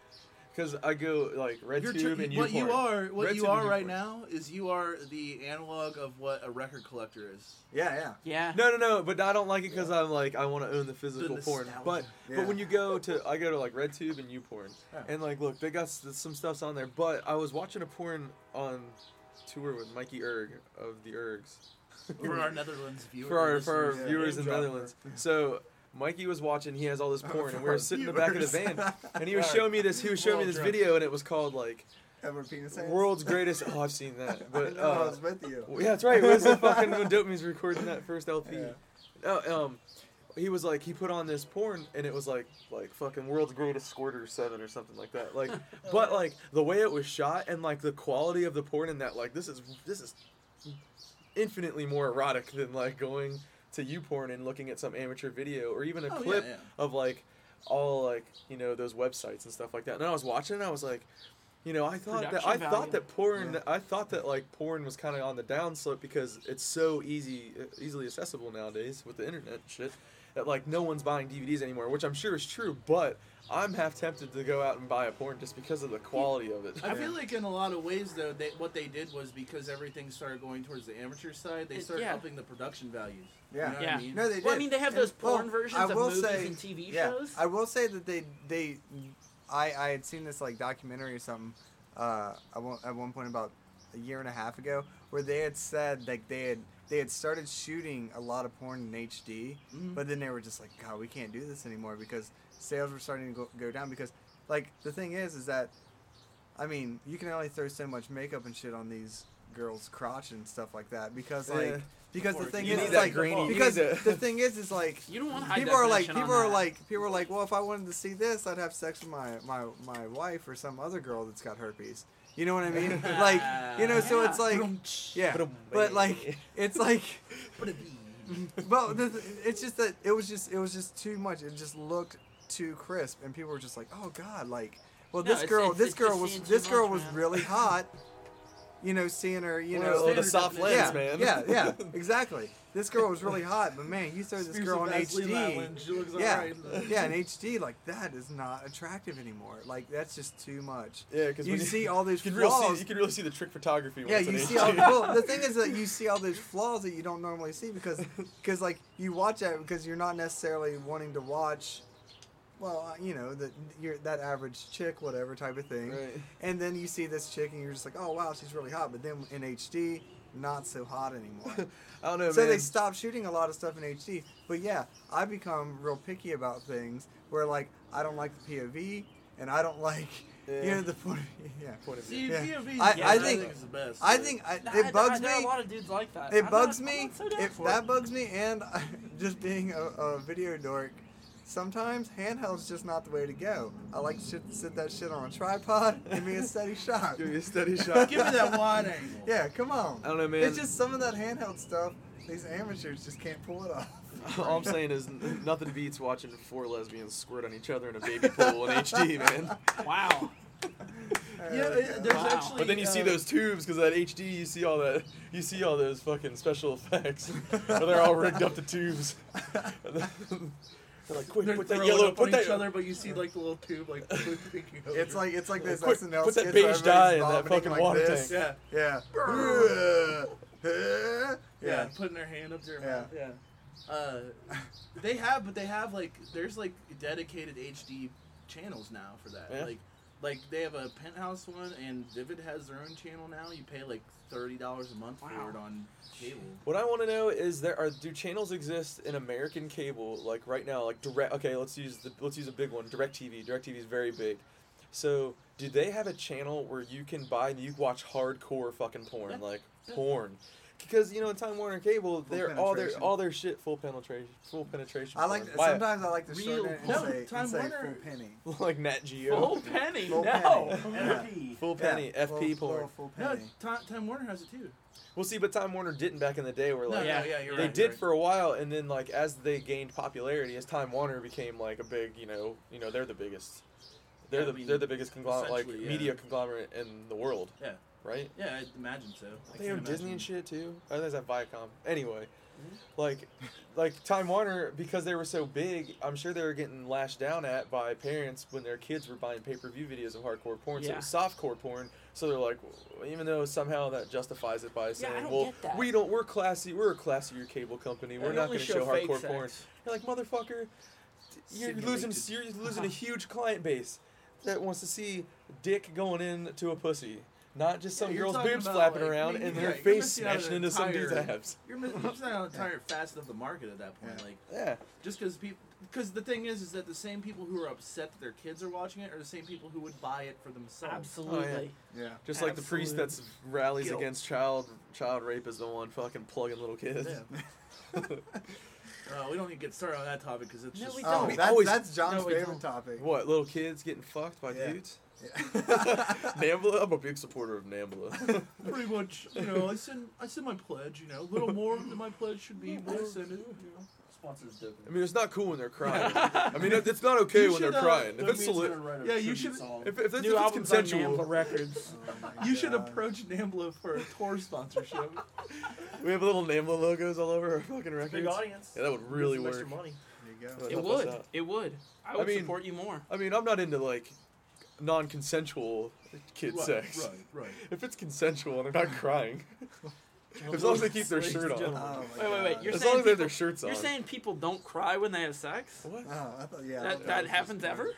E: because I go like RedTube
B: You're tr-
E: and
B: what you
E: YouPorn.
B: are, what
E: Red
B: you
E: tube and
B: are
E: Uporn.
B: right now is you are the analog of what a record collector is.
D: Yeah, yeah.
C: Yeah.
E: No, no, no. But I don't like it because I'm like I want to own the physical
B: The
E: porn.
B: nostalgia.
E: But
D: Yeah.
E: but when you go to I go to like RedTube and YouPorn,
B: Yeah.
E: and like look, they got s- some stuffs on there. But I was watching a porn on tour with Mikey Erg of the Ergs
B: For our Netherlands viewers,
E: for our for our
D: listeners, yeah.
E: viewers
D: Name
E: in the
D: drop.
E: Netherlands. So. Mikey was watching. He has all this porn, and we were sitting in the back of the van, and he was
F: Alright.
E: showing me this. He was showing me this
F: World
E: video, and it was called like
D: Have a penis. hands?
E: "World's Greatest." Oh, I've seen
D: I
E: that, but
D: know, I
E: uh,
D: was with you.
E: well, yeah, that's right. It was the fucking when Dopamy's recording that first LP.
D: Yeah.
E: No, um, he was like he put on this porn and it was like like fucking world's greatest squirter seven or something like that. Like, but like the way it was shot and like the quality of the porn and that like this is this is infinitely more erotic than like going to YouPorn and looking at some amateur video or even a
B: Oh, yeah,
E: clip
B: yeah.
E: of like all like you know those websites and stuff like that. And I was watching and I was like. You know, I thought that I
C: Production value.
E: thought that porn.
D: Yeah.
E: I thought that like porn was kind of on the downslope because it's so easy, uh, easily accessible nowadays with the internet and shit. That like no one's buying DVDs anymore, which I'm sure is true. But I'm half tempted to go out and buy a porn just because of the quality of it.
B: I feel like in a lot of ways though, they, what they did was because everything started going towards the amateur side, they
C: It-
B: started
C: yeah.
B: upping the production values.
D: Yeah.
B: you know
C: Yeah.
B: What I mean?
D: No, they did.
C: Well, I mean, they have those
D: And- well,
C: porn versions
D: I
C: of
D: will
C: movies
D: say-
C: and TV
D: yeah,
C: shows.
D: I will say that they they, I I had seen this like documentary or something, uh, at one at one point about a year and a half ago where they had said like they had they had started shooting a lot of porn in HD,
B: Mhm.
D: but then they were just like, God, we can't do this anymore because sales were starting to go, go down because like the thing is is that, I mean, you can only throw so much makeup and shit on these girls' crotch and stuff like that because like.
E: Yeah.
D: Because the
F: course,
D: thing
F: you
D: is,
F: need
D: it's
F: that
D: like
E: grainy- you
D: because
E: need that-
D: the thing is, is like
C: You don't want high
D: people are like
C: definition on
D: people are
C: that.
D: like people are like well if i wanted to see this i'd have sex with my my, my wife or some other girl that's got herpes you know what i mean like you know so it's like yeah but like it's like well the, it's just that it was just it was just too much it just looked too crisp and people were just like oh god like well
C: No,
D: this
C: it's-
D: girl
C: it's-
D: this
C: it's
D: girl
C: just
D: was
C: seeing too
D: this girl
C: much,
D: was
C: man.
D: really hot you know seeing her you
E: Well,
D: know
E: the soft lens,
D: yeah,
E: man.
D: yeah, yeah, exactly. This girl was really hot, but man, you throw this
B: Spears
D: girl
B: of
D: on
B: Vaseline
D: HD.
B: Island, She looks
D: Yeah,
B: alright.
D: yeah, in HD, like that is not attractive anymore. Like that's just too much.
E: yeah, because
D: you see all those
E: you can really see
D: flaws.
E: you can really see the trick photography. when
D: Yeah,
E: it's in
D: you see
E: HD.
D: all. Well, the thing is that you see all those flaws that you don't normally see because, because like you watch that because you're not necessarily wanting to watch, well, uh, you know that you're that average chick, whatever type of thing.
E: Right.
D: And then you see this chick and you're just like, oh wow, she's really hot. But then in HD, not so hot anymore.
E: I don't know,
D: So
E: man.
D: they stopped shooting a lot of stuff in HD. But yeah, I become real picky about things where like I don't like the POV and I don't like. You
E: Yeah.
D: know the point. Yeah.
E: Point of view.
B: See,
D: Yeah.
B: POV is
D: I-
B: good.
C: I
D: think-
B: it's the best.
D: I think I,
C: Nah, I-
D: it bugs
C: I, There are
D: me.
C: a lot of dudes like that.
D: It
C: I'm
D: bugs
C: not- I'm
D: me.
C: not so down
D: It,
C: for
D: that
C: it.
D: bugs me, and I, just being a, a video dork, sometimes handheld's just not the way to go. I like to sit, sit that shit on a tripod and be a steady shot.
E: Give me a steady shot.
B: Give me that wide angle.
D: Yeah, come on.
E: I don't know, man.
D: It's just some of that handheld stuff. These amateurs just can't pull it off.
E: All I'm saying is n- nothing beats watching four lesbians squirt on each other in a baby pool in HD, man.
C: Wow.
B: Yeah, it, there's
C: Wow.
B: actually.
E: But then you see
B: uh,
E: those tubes because that HD, you see all that, you see all those fucking special effects. Where they're all rigged up to tubes. And then- they're like, quick,
B: They're
E: put that
B: throwing
E: yellow,
B: up on
E: put that
B: each other, but you see like the little tube, like peeking over.
D: It's like it's like those
E: Quick,
D: SNL
E: put that
D: skits where
E: beige
D: everybody's
E: dye in that
D: vomiting
E: fucking
D: like
E: water
D: this.
B: yeah,
D: Yeah. yeah.
B: yeah, putting their hand up to their mouth. Yeah. Uh, they have, but they have like there's like dedicated HD channels now for that.
E: Yeah.
B: Like, like they have a penthouse one, and Vivid has their own channel now. You pay like thirty dollars a month
C: Wow.
B: for it on cable.
E: What I want to know is there are do channels exist in American cable like right now like direct okay let's use the let's use a big one DirecTV DirecTV is very big so do they have a channel where you can buy and you can watch hardcore fucking porn
B: Yeah.
E: like
B: Yeah.
E: porn because you know in Time Warner Cable they're all their
D: penetration.
E: all their shit full penetration full penetration
D: I like
E: porn. Buy it.
D: sometimes I like to shorten
C: Real-
D: it and
B: No,
D: say,
B: Time
D: and say
B: Warner-
D: full penny.
E: like Nat Geo
C: Full penny.
D: Full
C: no.
D: penny. Yeah.
F: Happy.
E: full penny
D: Yeah,
E: FP
D: full-
E: porn
D: full- full
B: No,
D: penny.
B: Time, Time Warner has it too.
E: we'll see but Time Warner didn't back in the day where
B: No,
E: like
B: yeah,
C: Yeah.
B: no, yeah, you're
E: they
B: right,
E: did
B: you're right.
E: for a while, and then like as they gained popularity, as Time Warner became like a big, you know, you know they're the biggest, they're
B: Yeah, I
E: the
B: mean,
E: they're the biggest conglomerate, like
B: essentially, yeah.
E: media conglomerate in the world,
B: Yeah.
E: right?
B: Yeah, I imagine so. I
E: They
B: can't
E: own Disney
B: imagine-
E: and shit too. I think that Viacom. Anyway,
C: Mm-hmm.
E: like, like Time Warner because they were so big, I'm sure they were getting lashed down at by parents when their kids were buying pay-per-view videos of hardcore porn. So it
C: Yeah.
E: was softcore porn. So they're like, w- even though somehow that justifies it by saying,
C: I don't
E: "Well,
C: get that."
E: we don't. We're classy. We're a classier cable company. We're
C: They
E: not
C: only
E: going to show
C: fake
E: hardcore
C: sex.
E: porn." You're like, motherfucker, you're losing
C: Simulated.
E: you're losing a huge client base that wants to see dick going into a pussy, not just
B: Yeah,
E: some
B: you're
E: girl's
B: talking
E: boobs
B: about,
E: flapping
B: like,
E: around
B: you-
E: and
B: yeah,
E: their
B: you're
E: face
B: missing out on
E: smashing
B: an
E: into some dude's
B: entire-
E: abs.
B: You're missing you're missing out on an entire facet of the market at that point.
D: Yeah.
B: Like,
E: Yeah,
B: just because people, because the thing is, is that the same people who are upset that their kids are watching it are the same people who would buy it for themselves.
C: Absolutely.
E: Oh, yeah.
D: Yeah.
E: just like the priest
C: Absolute
E: that's rallies
C: guilt.
E: against child child rape is the one fucking plugging little kids.
B: Yeah. Uh, we don't need to get started on that topic because it's
C: No,
B: just.
C: we
D: Oh,
C: don't.
E: we
D: that's,
E: always-
D: that's John's
C: no, we
D: favorite
C: don't.
D: topic.
E: What little kids getting fucked by
D: Yeah.
E: dudes?
D: Yeah.
E: Nambla, I'm a big supporter of Nambla.
B: pretty much, you know, I send I send my pledge, you know, a little more than my pledge should be, but I send it. You know.
F: Sponsors
E: I mean, it's not cool when they're crying. I mean, it- it's not okay
B: You
E: when they're
B: should, uh,
E: crying. If
F: That
E: it's,
F: means
E: soli-
F: they're gonna write a
B: Yeah, you
F: tribute
B: should-
F: song.
E: if, if it's,
C: New
E: if it's
C: albums on
E: consensual,
C: Nambla Records.
D: Oh my
B: You should
D: God.
B: approach Nambla for a tour sponsorship.
E: We have little Namla logos all over our fucking records.
F: Big audience.
E: Yeah, that would really
F: Get some extra
E: work.
F: money.
D: There you go. Oh
E: It
C: It
E: help us
C: would.
E: out.
C: It would. I
E: I
C: would
E: mean-
C: support you more.
E: I mean, I'm not into like non-consensual kid
B: right,
E: sex.
B: Right, right.
E: If it's consensual and they're not crying, as long as they keep their
C: Ladies
E: shirt
C: and
E: on.
C: gentlemen.
D: Oh my
C: Wait, wait, wait,
D: God.
C: you're
E: as
C: saying
E: long as they
C: people-
E: have their shirts
C: You're
E: on.
C: saying people don't cry when they have sex?
E: what?
D: Oh, I thought, yeah. I
C: That
D: thought
C: that
D: was
C: happens
D: just-
C: ever?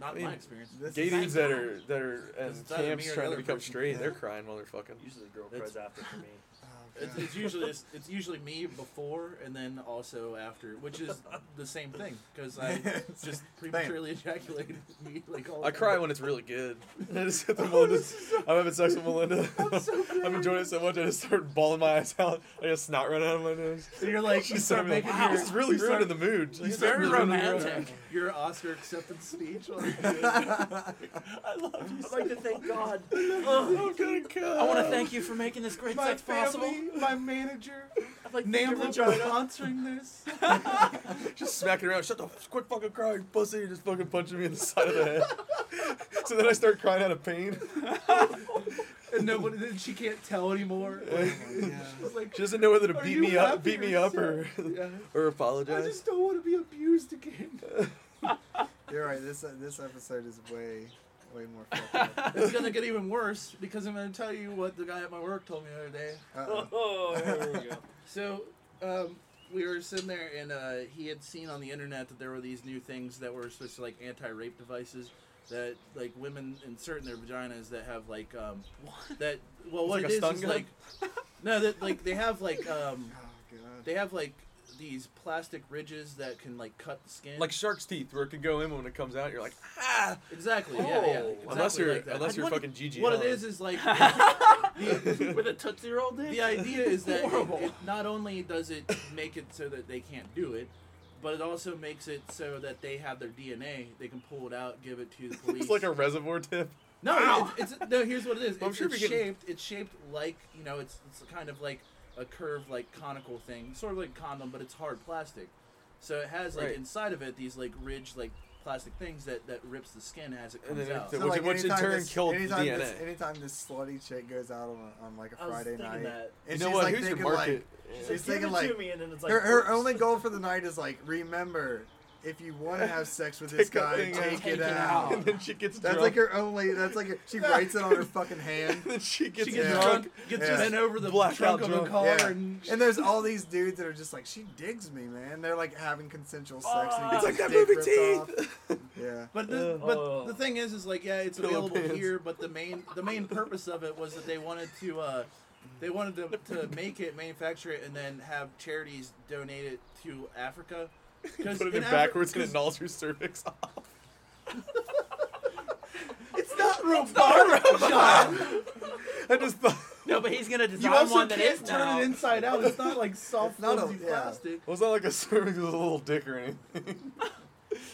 B: Not
E: mean,
B: my experience.
D: This
E: Gay
D: is-
E: dudes
C: like-
E: that are that are
B: It's
E: and
B: either me
E: camps
B: or
E: trying to
B: another
E: become
B: person.
E: straight, they're
D: Yeah.
E: crying while they're fucking.
F: Usually the girl
B: It's-
F: cries after for me.
D: Oh,
B: It's,
D: God.
B: it's usually it's, it's usually me before and then also after, which is the same thing because I just prematurely ejaculated me like all.
E: I
B: the
E: cry
B: time.
E: when it's really good. I just hit the Melinda. I'm having sex with Melinda. I'm,
B: so
E: enjoying it so much I just start bawling my eyes out. I got snot running out of my nose.
B: And you're like, you
E: She's so
B: start
E: like,
B: making
E: wow,
B: your,
E: it's really
B: you start,
E: ruining the mood. Like,
B: you
E: it's
B: start
E: really
B: ruining
E: ruining the mood.
C: romantic.
B: Your, your Oscar acceptance speech. Like, I love you. Oh,
F: I'd like to thank God.
E: I'm gonna kill.
C: I
D: Oh.
C: want to thank you for making this great
B: My
C: sex possible.
B: family, my manager,
F: I'd like to thank
B: Namla for
F: everybody.
B: sponsoring this.
E: Just smacking around. Shut the quit fucking crying, pussy. You're just fucking punching me in the side of the head. so then I start crying out of pain.
B: And nobody, then she can't tell anymore. Like, she's like,
E: She doesn't know whether to
B: "Are
E: beat
B: you
E: me up,
B: happy
E: beat me up, or
B: sad?" Yeah.
E: or
B: I
E: apologize.
B: just don't want to be abused again.
D: You're right. This uh, this episode is way way more. fucked up.
B: It's gonna get even worse because I'm gonna tell you what the guy at my work told me the other day.
D: Uh-oh.
F: Oh, there we go.
B: So, um, we were sitting there, and uh, he had seen on the internet that there were these new things that were supposed to like anti-rape devices that like women insert in their vaginas that have like um, that. Well, what
E: like a
B: it is
E: stun
B: is
E: gun?
B: like no, that like they have like um,
D: Oh, God.
B: they have like these plastic ridges that can like cut the skin.
E: Like shark's teeth, where it could go in when it comes out. You're like, ah.
B: exactly, yeah, yeah.
C: Oh.
B: Exactly
E: unless you're
B: like that.
E: unless you're
C: What-
E: fucking Gigi.
B: what it
E: Allen.
B: is is like
C: with a tootsie roll dick.
B: the idea is that it,
C: Horrible.
B: it not only does it make it so that they can't do it, but it also makes it so that they have their DNA. They can pull it out, give it to the police.
E: it's like a reservoir tip.
B: no,
C: Ow.
B: it's, it's no. Here's what it is.
E: I'm
B: it's,
E: sure
B: it's
E: we can-
B: shaped. It's shaped like you know. It's it's kind of like a curved, like conical thing, sort of like a condom, but it's hard plastic. So it has like
E: Right.
B: inside of it these like ridged like plastic things that that rips the skin as it
E: And
B: comes
E: then
B: out.
E: it- Which- which in
D: anytime
E: turn
D: this,
E: killed the
D: anytime This,
E: DNA.
D: anytime this slutty chick goes out on, a- on like a
B: I was
D: Friday
B: thinking
D: night,
B: that.
E: You
D: and
E: know
D: she's
E: what?
D: like
E: Who's your
D: thinking, like,
E: market?
D: She's
F: She's like,
D: thinking,
F: give it
D: like,
F: to me, and then it's like
D: her her
F: oops.
D: only goal for the night is like remember if you want to have sex with this
E: Take that
D: guy,
E: thing
D: take,
E: out.
D: it,
C: Take it
D: out.
E: and then she gets
D: That's
E: drunk.
D: like her only. That's like her, she writes it on her fucking hand.
E: and then she gets,
B: she gets
D: Yeah.
E: drunk.
B: drunk, gets
D: Yeah.
B: bent over the
E: Blackout
B: trunk of a
E: drunk.
B: car,
D: Yeah.
B: and
D: And there's all these dudes that are just like, she digs me, man. They're like having consensual sex. and he
E: It's like
D: gets
E: that
D: his
E: movie
D: dick ripped
E: Teeth.
D: off. Yeah.
B: But the,
E: Ugh.
B: but
F: Oh.
B: the thing is, is like yeah, it's
E: Pillow
B: available
E: pants.
B: here. But the main the main purpose of it was that they wanted to uh, they wanted to, to make it, manufacture it, and then have charities donate it to Africa. Because
E: Put it in backwards and it gnaws her cervix off.
B: it's not robotic, John.
E: I just thought.
C: No, but he's gonna
B: You
C: design
B: also
C: one that is
B: can't turn
C: now.
B: it inside out. It's not like soft,
D: It's not a-
B: flimsy
D: yeah.
B: plastic.
E: Well, it's not like a cervix with a little dick or anything.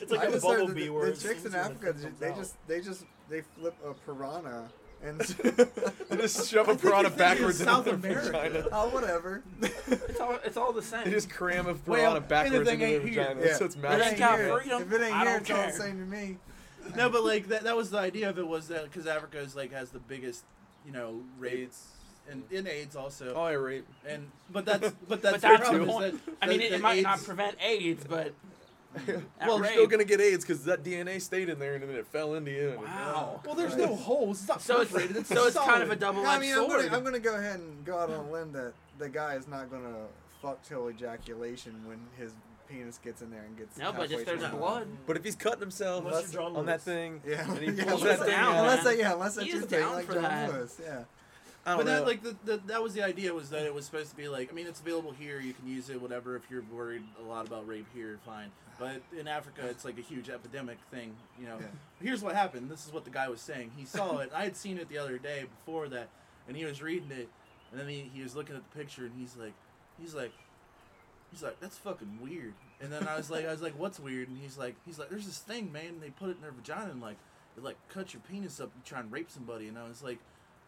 F: It's like
D: I
F: a
D: just
F: bubble
D: heard that
F: bee
D: the,
F: where
D: the
F: it
D: chicks
F: swings
D: in
F: and it
D: Africa,
F: comes
D: they
F: out.
D: just they just they flip a piranha and
E: they just shove a
B: think you're
E: piranha
B: thinking of
E: backwards into
B: South
E: their
B: America.
E: vagina.
D: oh whatever.
C: It's all it's all the same.
E: They just cram a
B: Well,
E: piranha
B: and the
E: backwards
B: thing
E: into their
B: ain't here.
E: vagina.
D: Yeah.
E: So it's
D: It
E: mashed.
C: ain't got
D: here.
C: freedom,
D: If it ain't
C: I
D: here,
C: don't
D: it's all the
C: care.
D: same to me.
B: No, but like that, that was the idea of it was that because Africa is like has the biggest, you know, rates and in AIDS also.
E: Oh, I rape.
B: And but that's but that's,
C: but that's
B: the
C: the
E: true.
B: problem. Is
C: point.
B: that,
C: I mean,
B: that-
C: it, it
B: that
C: might not
B: AIDS-
C: prevent AIDS, but
E: well,
C: at
E: you're still
C: rate-
E: gonna get AIDS because that DNA stayed in there and then it fell into you. and it-
C: Wow.
B: Well, there's no holes. It's not
C: So it's
B: perforated. It's
C: so it's kind of
B: solid.
C: a double
D: I
C: edged
D: mean, I'm
C: sword.
D: gonna, I'm gonna go ahead and go out on a limb that the guy is not gonna fuck till ejaculation when his penis gets in there and gets.
C: no, but
D: halfway
C: if there's
D: through.
C: blood,
E: But if he's cutting himself
F: Unless you're John
E: on that
F: Lewis.
E: thing,
D: Yeah.
E: and he
D: Yeah,
E: pulls
C: unless
E: that
C: that-
E: thing out,
D: Unless
C: man.
D: that, yeah, unless that's
C: He
D: your
C: is
D: thing,
C: down
D: like
C: for
D: John
C: that.
D: Lewis, yeah.
E: I don't
B: But that
E: know.
B: like the, the, that was the idea was that it was supposed to be like I mean it's available here you can use it whatever if you're worried a lot about rape here fine but in Africa it's like a huge epidemic thing you know
D: Yeah.
B: here's what happened this is what the guy was saying he saw it I had seen it the other day before that and he was reading it and then he, he was looking at the picture and he's like he's like he's like that's fucking weird and then I was like I was like what's weird and he's like he's like there's this thing man and they put it in their vagina and like it like cuts your penis up you try and rape somebody and I was like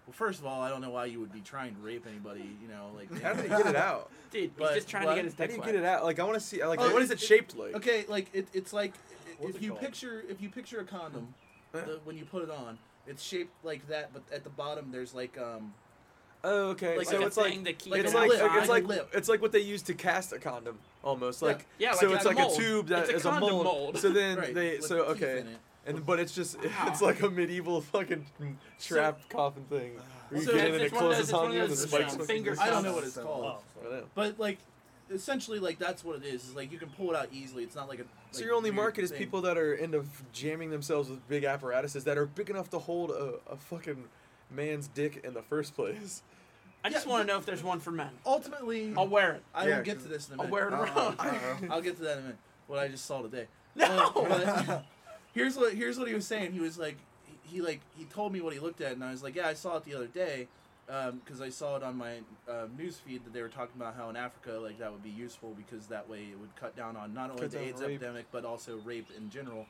B: well, first of all, I don't know why you would be trying to rape anybody. You know, like
E: how did he get it out?
C: dude,
B: But
C: he's just trying
B: what?
C: to get his
E: How
C: dick
E: do you
C: wet.
E: get it out? Like I want to see. Like
B: Oh,
E: what
B: it-
E: is it
B: it-
E: shaped like?
B: okay, like it, it's like i-
F: What's
B: if
F: it
B: you
F: called?
B: picture if you picture a condom,
E: Eh.
B: the, when you put it on, it's shaped like that, but at the bottom there's like um
E: Oh, okay.
C: Like
E: so
C: a
E: it's like
C: thing to keep
B: like
E: it's
C: it
E: like
B: lip,
C: outside.
E: it's like
B: lip.
E: it's like what they use to cast a condom almost like
C: Yeah, like
E: so
C: a
E: it's like
C: mold.
E: a tube that
C: It's
E: is
C: a
E: a
C: condom
E: mold.
C: mold.
E: So then
B: Right,
E: they
B: with
E: so
B: teeth
E: okay
B: in it.
E: and but it's just it's like a medieval fucking trap coffin thing where you
B: So
E: get
B: it's-
E: in and
C: it's
E: it
C: one of those-
E: closes
C: it's one
E: on
C: of
E: you and the
C: those um,
E: spikes.
C: sound
E: fucking
C: fingers.
E: go-
B: I don't know what it's
D: So-
B: called,
F: Oh,
E: I don't know.
B: but like essentially like that's what it is. It's like you can pull it out easily. It's not like a
E: So
B: like,
E: your only
B: weird
E: market is
B: thing.
E: people that are into f- jamming themselves with big apparatuses that are big enough to hold a, a fucking man's dick in the first place.
C: I just
B: Yeah,
C: want to know if there's one for men.
B: Ultimately,
C: I'll wear it.
B: I
D: Yeah,
B: will get
D: 'cause-
B: to this in a
C: I'll
B: minute.
C: wear it
E: Oh,
D: Uh-oh,
C: around.
D: uh-oh.
B: I'll get to that in a minute. What I just saw today.
C: No!
B: Uh, but here's what here's what he was saying. He was like, he, he like he told me what he looked at, and I was like, yeah, I saw it the other day, because I saw it on my uh, news feed that they were talking about how in Africa like that would be useful because that way it would cut down on not only
E: Cut
B: the
E: down
B: AIDS
E: rape.
B: epidemic but also rape in general.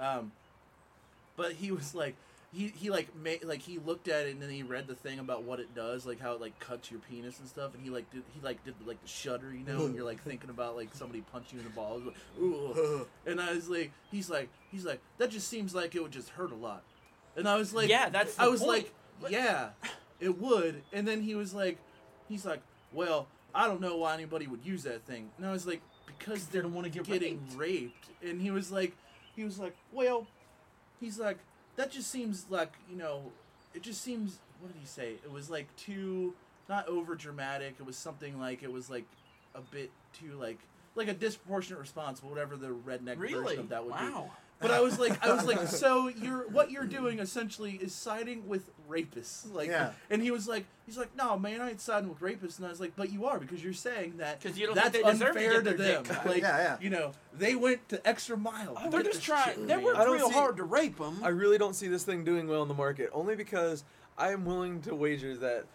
B: Um, but he was like. He, he like made like he looked at it and then he read the thing about what it does like how it like cuts your penis and stuff and he like did he like did like the shudder you know and you're like thinking about like somebody punching you in the balls like, ooh and I was like, he's like, he's like, that just seems like it would just hurt a lot. And I was like,
C: Yeah, that's the
B: I was
C: point.
B: like, yeah, it would. And then he was like, he's like, well, I don't know why anybody would use that thing. And I was like, because
C: they
B: they're
C: don't wanna get
B: getting raped. And he was like, he was like, well, he's like, that just seems like you know, it just seems. What did he say? It was like too not over dramatic. It was something like it was like a bit too like like a disproportionate response, whatever the redneck
C: Really?
B: version of that would be.
C: wow.
B: But I was like, I was like, so you're what you're doing essentially is siding with rapists, like.
D: Yeah.
B: And he was like, he's like, no, man, I ain't siding with rapists, and I was like, but you are because you're saying that
C: 'Cause you don't
B: that's
C: think they deserve to
B: unfair
C: get
B: to,
C: their
B: them.
C: dick cut.
B: Like,
D: Yeah, yeah.
B: you know, they went to extra mile. to
C: They're
B: get
C: just
B: this
C: trying.
B: shit,
C: They
B: man.
C: worked
E: I don't
C: real
E: see-
C: hard to rape them.
E: I really don't see this thing doing well in the market, only because I am willing to wager that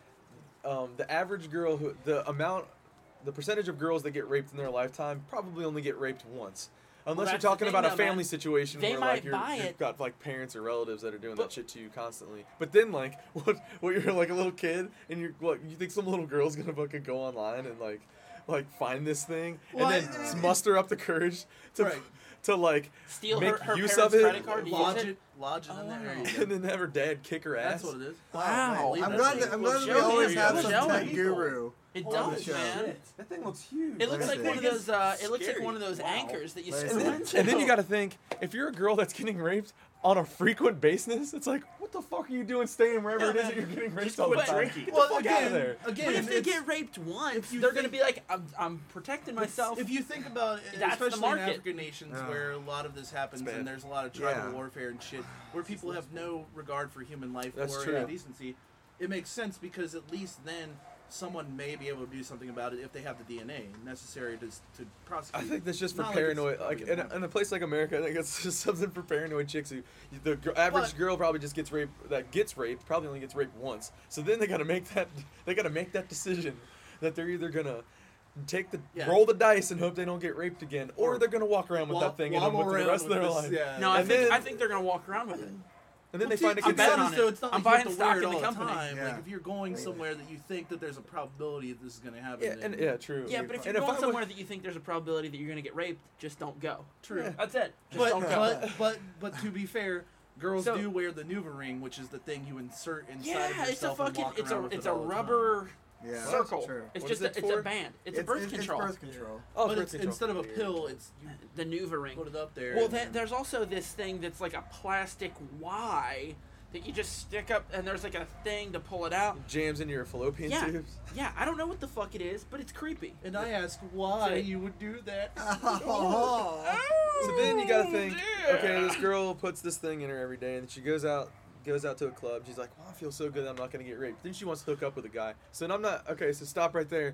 E: um, the average girl who the amount, the percentage of girls that get raped in their lifetime probably only get raped once. Unless you're
C: that's the
E: talking
C: thing,
E: about a
C: though,
E: family
C: man.
E: situation
C: They
E: where
C: might
E: like you're,
C: buy
E: you've
C: it.
E: got like parents or relatives that are doing that
C: But-
E: shit to you constantly. But then like what what you're like a little kid and you're what you think some little girl's gonna fucking go online and like like find this thing
B: Well,
E: and
B: I-
E: then muster up the courage to
B: Right.
E: to like
C: Steal
E: make
C: her, her
E: use
C: parents'
E: of it.
C: credit card. to use
B: Lodge
C: it.
B: it, lodge it in
C: Oh,
B: there.
C: wow.
B: you
E: and
B: go.
E: then have her dad kick her ass.
B: That's what it is.
D: Wow.
B: Wow.
D: I'm glad that, I'm glad that we
C: Well,
D: always
C: Joey-
D: have
C: well,
D: some
C: Joey-
D: tech guru.
C: It
D: Love
C: does,
D: the show.
C: man.
F: That thing looks huge.
C: It looks
D: Let
C: like
D: me
C: one of
D: see.
C: those. Uh, it looks like
F: Scary.
C: one of those
F: Wow.
C: anchors that you
D: Let me
C: sit
D: see.
C: on.
E: And then you got to think if you're a girl that's getting raped on a frequent basis, it's like, what the fuck are you doing staying wherever
C: No,
E: it is
C: man.
E: that you're getting raped
C: Just
E: all the
C: quit
E: time?
F: drinking.
E: Get
B: Well,
E: the fuck
B: again,
E: out of there.
B: again,
C: But if they
B: it's-
C: get raped once,
B: you
C: they're gonna
B: think-
C: be like, "I'm, I'm protecting myself."
B: If you think about it,
C: Oh, That's the
B: especially in
C: market.
B: African nations
D: Yeah.
B: where a lot of this happens
E: bad.
B: and there's a lot of tribal
D: Yeah.
B: warfare and shit, where people have no regard for human life
E: That's
B: or
E: true.
B: any decency, it makes sense because at least then someone may be able to do something about it if they have the DNA necessary to, to prosecute.
E: I think that's just for
B: Not like it's
E: paranoid.
B: probably
E: Like in
B: gonna
E: a,
B: happen.
E: in a place like America, I think it's just something for paranoid chicks. Who the gr- average
B: But-
E: girl probably just gets raped. That gets raped probably only gets raped once. So then they gotta make that. They gotta make that decision that they're either gonna take the
B: Yeah.
E: roll the dice and hope they don't get raped again, or,
B: Or
E: they're gonna walk around with
B: Wa-
E: that thing and
B: wobble
E: with the
B: around
E: rest of
B: with
E: their
B: this,
E: life.
B: yeah.
C: no, I
E: and
C: think I
E: then-
C: think they're gonna walk around with it.
E: And then
B: Well,
E: they
B: see,
E: find a
B: I'm
E: kid.
C: bet
E: that-
B: betting
C: on it.
B: So it's not like
C: I'm
B: you have
C: buying
B: to
C: stock
B: wear it
C: in the
B: all the
C: company.
B: time.
D: Yeah.
B: Like if you're going somewhere that you think that there's a probability that this is going to happen.
E: Yeah, and
B: then-
E: yeah, true.
C: Yeah, but if you're
E: And I
C: going
E: was-
C: somewhere that you think there's a probability that you're gonna get raped, just don't go.
B: true.
C: That's it. Just
B: But,
C: don't go.
B: but but but to be fair, girls
C: So-
B: do wear the NuvaRing, ring, which is the thing you insert inside of
C: yeah,
B: yourself
C: it's a
B: and
C: fucking.
B: walk
C: It's
B: around
C: a.
B: with it
C: It's a
B: all the time.
C: rubber
D: Yeah.
C: circle.
D: True.
C: It's
E: What
C: just.
E: is
C: A,
E: it
C: it's a
E: for?
C: band. It's, a birth control.
D: It's birth control.
E: oh,
B: but
E: birth
B: it's,
E: control.
B: instead of a pill, it's you
C: The Nuva ring.
B: put it up there.
C: Well,
B: and
C: that, there's also this thing that's like a plastic Y that you just stick up, and there's like a thing to pull it out.
E: jams into your fallopian
C: Yeah,
E: tubes.
C: yeah. I don't know what the fuck it is, but it's creepy.
B: and I ask why
C: So-
B: you would do that.
D: Oh.
E: So then you gotta
C: Oh,
E: think,
C: dear.
E: okay, this girl puts this thing in her every day, and she goes out, goes out to a club. She's like, well, I feel so good, I'm not gonna get raped. Then she wants to hook up with a guy. So then I'm not okay. So stop right there.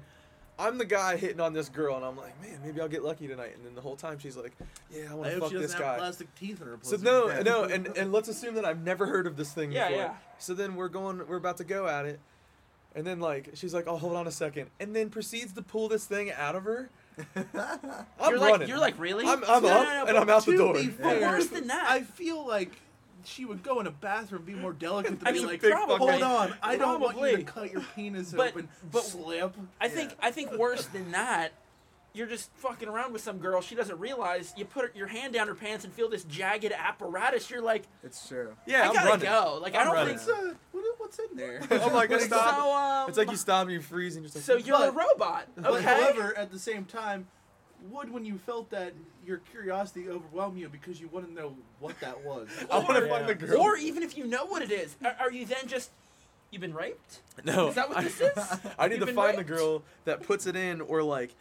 E: I'm the guy hitting on this girl, and I'm like, man, maybe I'll get lucky tonight. And then the whole time she's like, yeah, I
B: I
E: want to
B: hope
E: fuck
B: she
E: this
B: doesn't have
E: guy.
B: plastic teeth in her
E: So
B: pussy.
E: no,
D: Yeah.
E: no, and, and let's assume that I've never heard of this thing
C: Yeah,
E: before.
C: yeah.
E: So then we're going, we're about to go at it, and then like she's like, oh, hold on a second, and then proceeds to pull this thing out of her. I'm
C: you're
E: running.
C: like, you're like, really?
E: I'm, I'm
C: No, no,
E: up
C: no,
E: and
C: but-
E: I'm out the
B: to
E: door.
B: be fair,
C: worse than that-
B: I feel like she would go in a bathroom, be more delicate, to
C: I
B: be
C: mean,
B: like,
E: big
C: probably.
B: hold on, I don't want you to
C: Probably.
B: cut your penis
C: But-
B: open,
C: but-
B: slip.
C: I think I think worse than that. You're just fucking around with some girl. She doesn't realize. You put her, your hand down her pants and feel this jagged apparatus. You're like,
D: It's true.
E: Yeah,
C: I
E: am
C: gotta
E: running.
C: go. Like I
E: I'm
C: don't
E: running.
C: think
B: What's, uh, what- what's in there?
E: I'm like,
C: so.
E: stop.
C: um,
E: it's like you stop and you freeze and you're just
C: so
E: like,
C: you're a
B: But-
C: robot.
B: But
C: Okay.
B: however, at the same time, would when you felt that your curiosity overwhelm you because you want to know what that was?
E: I want to
C: or-
E: find the
F: yeah.
E: girl.
C: Or even if you know what it is, are, are you then just you've been raped?
E: no,
C: Is that what
E: I,
C: this is?
E: I need
C: You've
E: to
C: been
E: find
C: raped?
E: the girl that puts it in or like.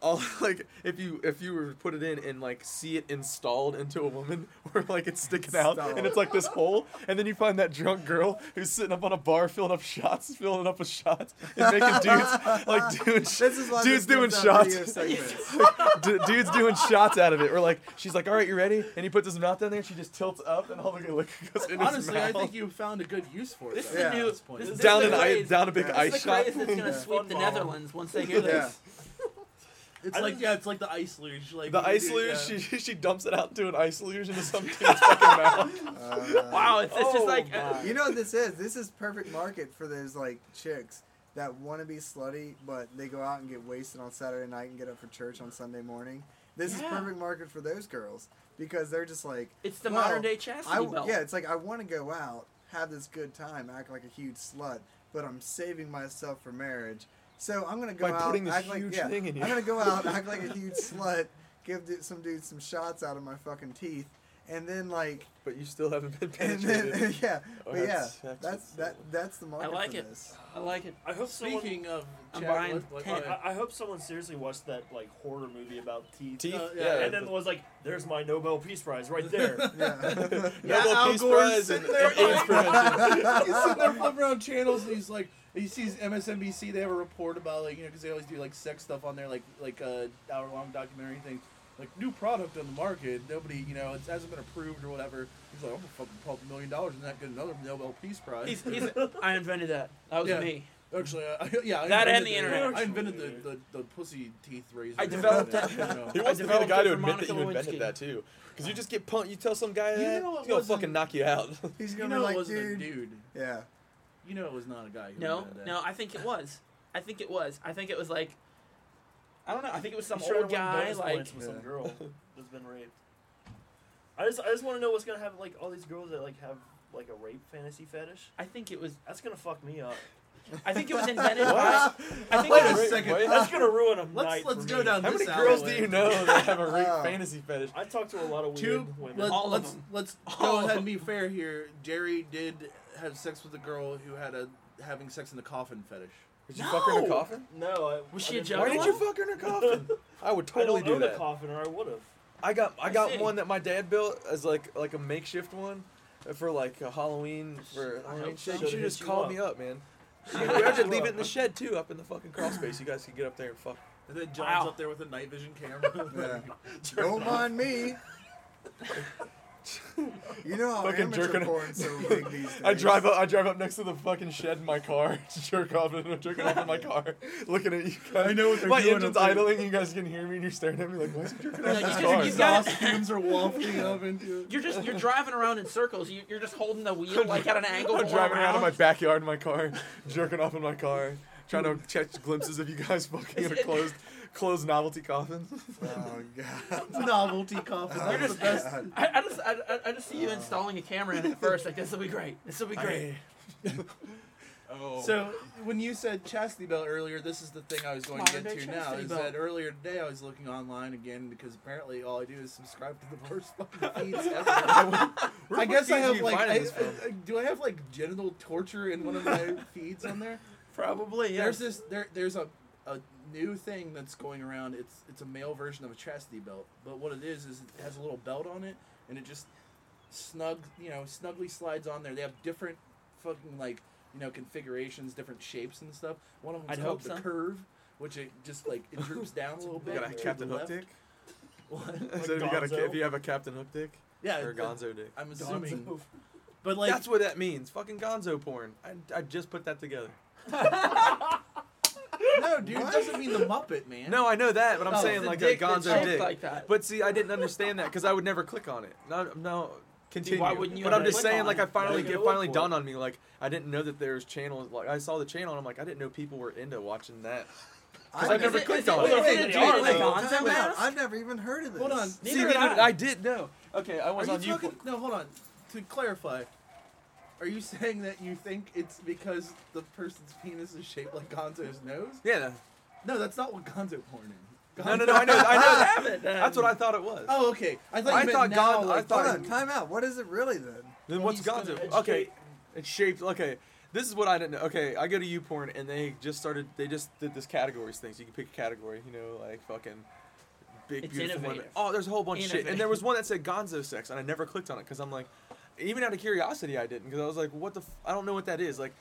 E: All, like if you if you were to put it in and like see it installed into a woman or like it's sticking out and it's like this hole and then you find that drunk girl who's sitting up on a bar filling up shots filling up with shots and making dudes like doing sh-
D: This is why this
E: dudes doing
D: comes out video
E: shots
D: segments.
E: D- dude's doing shots out of it. We're like, she's like, all right, you ready? And he puts his mouth down there, and she just tilts up, and all the liquor goes in his
B: Honestly, I
E: mouth.
B: think you found a good use for it.
C: This is
B: though,
D: the
B: at
D: new-
B: this point.
C: this is the
E: down an
C: craze.
E: ice, down a big
D: Yeah.
E: ice
C: It's the
E: shot.
C: craze that's gonna
D: Yeah.
C: sweep the Netherlands once they hear
D: Yeah.
C: this.
B: It's like yeah, it's like the ice luge. Like
E: The
B: you
E: ice
B: do-
E: luge,
B: yeah.
E: she, she dumps it out into an ice luge into some dude's fucking mouth.
D: Uh,
C: Wow, it's, it's just
E: Oh,
C: like uh,
D: You know what this is? This is perfect market for those like chicks that want to be slutty, but they go out and get wasted on Saturday night and get up for church on Sunday morning. This is
C: Yeah.
D: perfect market for those girls because they're just like,
C: it's the
D: well,
C: modern day chastity
D: I w-
C: belt.
D: yeah, it's like I want to go out, have this good time, act like a huge slut, but I'm saving myself for marriage. So I'm gonna go
E: By
D: out,
E: putting this
D: act like
E: huge
D: yeah,
E: thing in you.
D: I'm gonna go out, act like a huge slut, give du- some dude some shots out of my fucking teeth, and then like
E: But you still haven't been
D: and
E: penetrated.
D: then yeah,
E: Oh,
D: but yeah,
E: that's- that's
D: that's
E: what's
D: that
E: up.
D: that's the market
C: like
D: for
C: it.
D: this.
C: I like it.
F: I hope
B: Speaking of
C: I'm
B: Chad
C: buying
B: Lip- like,
C: ten.
B: uh,
F: I, I hope someone seriously watched that like horror movie about teeth.
E: Teeth,
B: Uh, yeah,
E: yeah.
F: And then was like, "There's my Nobel Peace Prize right there."
D: Yeah.
B: Yeah,
E: Nobel
B: Al
E: Peace
B: Gore's
E: Prize
B: sitting
E: and
B: there.
E: AIDS prevention.
B: he's sitting there flipping around channels, and he's like, he sees MSNBC. They have a report about like you know because they always do like sex stuff on there, like like uh, hour long documentary things. Like new product on the market, nobody you know it hasn't been approved or whatever. He's like, I'm gonna fucking pump a million dollars and not get another Nobel Peace Prize.
C: He's, he's, I invented that. That was
B: Yeah.
C: me.
B: Actually, uh, yeah, I
C: That
B: invented
C: and the internet.
B: I invented the, the, the pussy teeth razor.
C: I developed that.
B: You know.
E: He
C: I
E: wants to be the
C: developed
E: guy
C: it
E: to
C: for
E: admit that you
C: Monica
E: invented
C: Lewinsky.
E: that too, because you just get punked. You tell some guy
B: You
E: that,
B: know it
E: he's gonna fucking
B: wasn't-
E: knock you out.
D: He's
B: You
D: gonna
B: know,
D: be
B: it
D: like,
B: wasn't
D: dude.
B: a dude.
D: Yeah.
B: You know, it was not a guy. Who
C: No,
B: invented that.
C: no, I think it was. I think it was. I think it was like, I don't know. I think it was some
F: I'm sure I
C: old
F: won
C: guy.
F: bonus
C: Like,
F: points with some
D: Yeah.
F: girl that's been raped. I just, I just want to know what's gonna happen. Like all these girls that like have like a rape fantasy fetish.
C: I think it was.
F: That's gonna fuck me up.
C: I think it was invented
E: What?
C: by. I think
B: Wait
C: it
B: a
C: was,
B: second.
E: Wait,
F: That's gonna ruin a
B: Let's
F: night.
B: let's
F: for
B: go
F: me.
B: down.
E: How
B: this
E: many girls do
B: alleyway.
E: you know that have a rape
D: Oh.
E: fantasy fetish?
F: I talked to a lot of
B: Two.
F: weird women.
B: Let,
C: All of
B: let's
C: them.
B: let's
C: All
B: go
C: of
B: ahead
C: them.
B: and be fair here. Jerry did have sex with a girl who had a having sex in the coffin fetish.
E: Did you fuck her in a
C: No!
E: coffin?
F: no, I,
C: Was
F: I
C: she a
F: didn't-
C: Yeah,
E: Why
C: I
E: did you
C: don't-
E: fuck her in a coffin? I would totally
F: I don't
E: do
F: own a
E: that.
F: coffin, or I would have.
E: I got I
C: I
E: got
C: see.
E: one that my dad built as like like a makeshift one for like a Halloween for
C: I
E: Halloween
C: hope
E: shit.
C: so.
E: You
F: Should've
E: should just
F: hit you
E: call
F: up.
E: me up, man. You
C: Should've
E: guys
F: hit
E: should
F: you
E: leave
F: up.
E: it in the shed too, up in the fucking crawl space. You guys can get up there and fuck.
B: And then John's
C: Wow.
B: up there with a night vision camera.
D: Don't mind me. You know how
E: Fucking
D: amateur
E: jerking-
D: porn's so big these days.
E: I drive up. I drive up next to the fucking shed in my car, jerk off, and I'm jerking off in my car, looking at you guys.
B: I know what they're
E: my
B: doing
E: engine's
B: up there.
E: idling. You guys can hear me, and you're staring at me like, "Why's he jerking off in
C: Like,
E: his
C: you
E: car?"
C: you got-
B: Exhaust fumes are wafting up into it.
C: you're just you're driving around in circles. You, you're just holding the wheel like at an angle.
E: I'm
C: going
E: driving around in my
C: around.
E: backyard in my car, jerking off in my car, trying to catch glimpses of you guys fucking in
C: Is
E: a
C: it-
E: closed, closed novelty coffin.
D: Oh god.
B: Novelty coffin.
C: Oh
D: You're
B: That's the
D: just-
B: best.
C: I, I just I, I- I just see you installing a camera in it at first. Like this will be great. This will be great.
E: oh.
B: So when you said chastity belt earlier, this is the thing I was going to
C: Modern
B: get
C: day
B: to now.
C: chastity
B: Is
C: belt.
B: that earlier today I was looking online again because apparently all I do is subscribe to the worst fucking feeds ever. I guess I have like, I, I- I- do I have like genital torture in one of my feeds on there?
C: Probably
B: There's
C: yes.
B: this there there's a a new thing that's going around. It's it's a male version of a chastity belt, but what it is is it has a little belt on it, and it just snug you know snugly slides on there. They have different fucking like you know configurations, different shapes and stuff. One of them's
C: I'd
B: called
C: hope
B: the
C: so.
B: curve, which it just like it droops down a little
E: You
B: bit.
E: got a
B: to the
E: Captain Hook
B: left.
E: dick?
B: What?
E: so if you, got a,
F: Gonzo?
E: if you have a Captain Hook dick
B: Yeah,
E: or a
B: but
E: Gonzo dick.
B: I'm assuming,
F: Gonzo.
B: but like
E: That's what that means. Fucking Gonzo porn. I, I just put that together.
B: no, dude, it doesn't mean the Muppet man.
E: No, I know that, but I'm
B: No,
E: saying
B: the
E: like
C: Oh, dick
E: a
C: that's
E: Gonzo
C: shaped
E: dick.
C: like that.
E: But see, I didn't understand that because I would never click on it. No, no. Continue.
C: why wouldn't you
E: but I'm
C: ever
E: just
C: click
E: saying,
C: on
E: like,
C: it?
E: I finally
F: Why would you
E: it
F: look
E: finally
F: for
E: dawned
F: it?
E: on me. Like, I didn't know that there's channels. Like, I saw the channel and I'm like, I didn't know people were into watching that. I've
D: I've
E: never
D: never,
C: Is it-
E: clicked
C: is it-
E: on it.
C: is it a
F: Wait,
C: dude
F: they are,
C: in a
F: though.
C: Gonzo mask?
D: I've never even heard of this.
B: hold on.
E: See,
C: Neither
E: neither
C: did
E: did-
C: I.
E: I did know. Okay, I
B: Are
E: was
B: you
E: on you.
B: fucking, no, hold on. To clarify, are you saying that you think it's because the person's penis is shaped like Gonzo's nose?
E: Yeah.
B: No, that's not what Gonzo porn is.
E: No, no,
B: Gonzo-
E: no. I know. I know.
C: Have it, then.
E: That's what I thought it was.
B: Oh, okay. I thought you
E: I
B: meant
E: thought
B: now,
E: Gonzo-
B: like,
E: I thought-
D: Hold on, time out. What is it really then?
E: Then what's
B: he's gonna
E: Gonzo?
F: educate-
E: Okay, it's shaped. Okay, this is what I didn't know. Okay, I go to YouPorn and they just started. They just did this categories thing. So you can pick a category. You know, like fucking big
C: It's
E: beautiful women.
C: innovative.
E: Oh, there's a whole bunch of shit. And there
C: Innovative.
E: was one that said Gonzo sex, and I never clicked on it because I'm like, even out of curiosity, I didn't because I was like, what the? F- I don't know what that is. Like.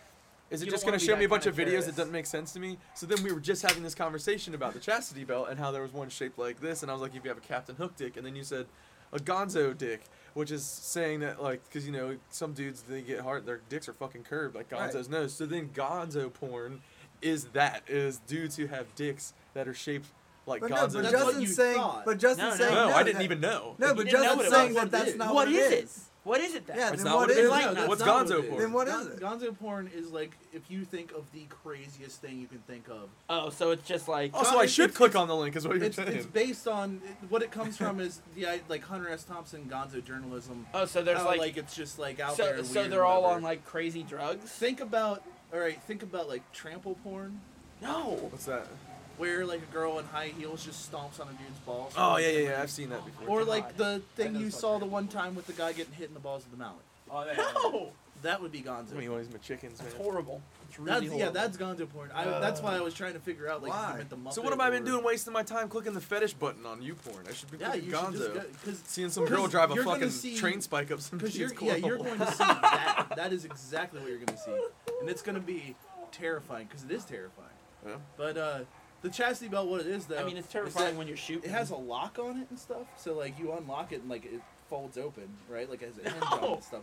E: Is it
C: You
E: just
C: don't
E: going
C: wanna
E: to
C: be
E: show me a
C: that
E: bunch
C: kinda
E: of videos
C: terrorist.
E: that doesn't make sense to me? So then we were just having this conversation about the chastity belt and how there was one shaped like this, and I was like, if you have a Captain Hook dick, and then you said a Gonzo dick, which is saying that like, because you know some dudes they get hard, their dicks are fucking curved like
D: Right.
E: Gonzo's nose. So then Gonzo porn is that is dudes who have dicks that are shaped like
D: But no,
E: Gonzo.
D: but
B: That's what
D: Justin's
B: you
D: saying.
B: thought.
D: But Justin's
C: No, no.
D: saying.
E: no, I didn't
D: that-
E: even know.
D: No,
C: You
D: but
C: didn't know
D: Justin's
C: what it
D: saying
C: was.
D: that that's not
C: What
D: what
C: is
D: it
C: it?
D: is.
C: What is it then?
D: Yeah,
E: That's
D: then
E: not
D: what
E: what it
D: is
E: is.
C: Like,
D: it?
C: no,
E: What's
B: that's not
E: Gonzo
B: what it is.
E: porn?
D: Then what is
B: Gon-
D: it?
B: Gonzo porn is like if you think of the craziest thing you can think of.
C: Oh, so it's just like
E: Oh, so I should click on the link is what you're
B: It's,
E: saying.
B: it's based on what it comes from is the I- like Hunter S. Thompson Gonzo journalism.
C: oh, so there's
B: how,
C: like,
B: it's just like out
C: so
B: there.
C: so
B: weird
C: they're all
B: whatever.
C: on like crazy drugs.
B: Think about all right. Think about like trample porn.
C: No,
E: What's that?
B: where like a girl in high heels just stomps on a dude's balls.
E: Oh yeah, yeah, yeah. I've seen that before.
B: Or like the thing
F: know
B: you
F: it's
B: saw
F: like-
B: the one time with the guy getting hit in the balls with the mallet.
F: Oh, yeah,
C: No,
B: That would be
E: I mean,
B: Gonzo.
E: you want these my chickens, man.
C: it's horrible.
B: That's,
F: It's really
B: yeah,
F: horrible.
B: that's Gonzo porn. I,
F: Uh,
B: that's why I was trying to figure out like if
D: why?
B: you meant the Muppet
E: So what have I been
B: or-
E: doing, wasting my time clicking the fetish button on YouPorn? I should be
B: Yeah,
E: clicking
B: you should just
E: Gonzo.
B: go because
E: Seeing some
B: Because
E: girl drive a
B: you're gonna
E: fucking
B: see-
E: train spike up some
B: Because you're,
E: dude's
B: yeah, you're
E: cornhole.
B: going to see that. That is exactly what you're going to see, and it's going to be terrifying because it is terrifying.
E: Yeah.
B: But uh, the chastity belt, what it is though,
C: I mean, it's
B: is
C: terrifying
B: that
C: when you're shooting.
B: it has a lock on it and stuff. So like you unlock it and like it folds open, right? Like it has a hinge on it
C: No.
B: and stuff.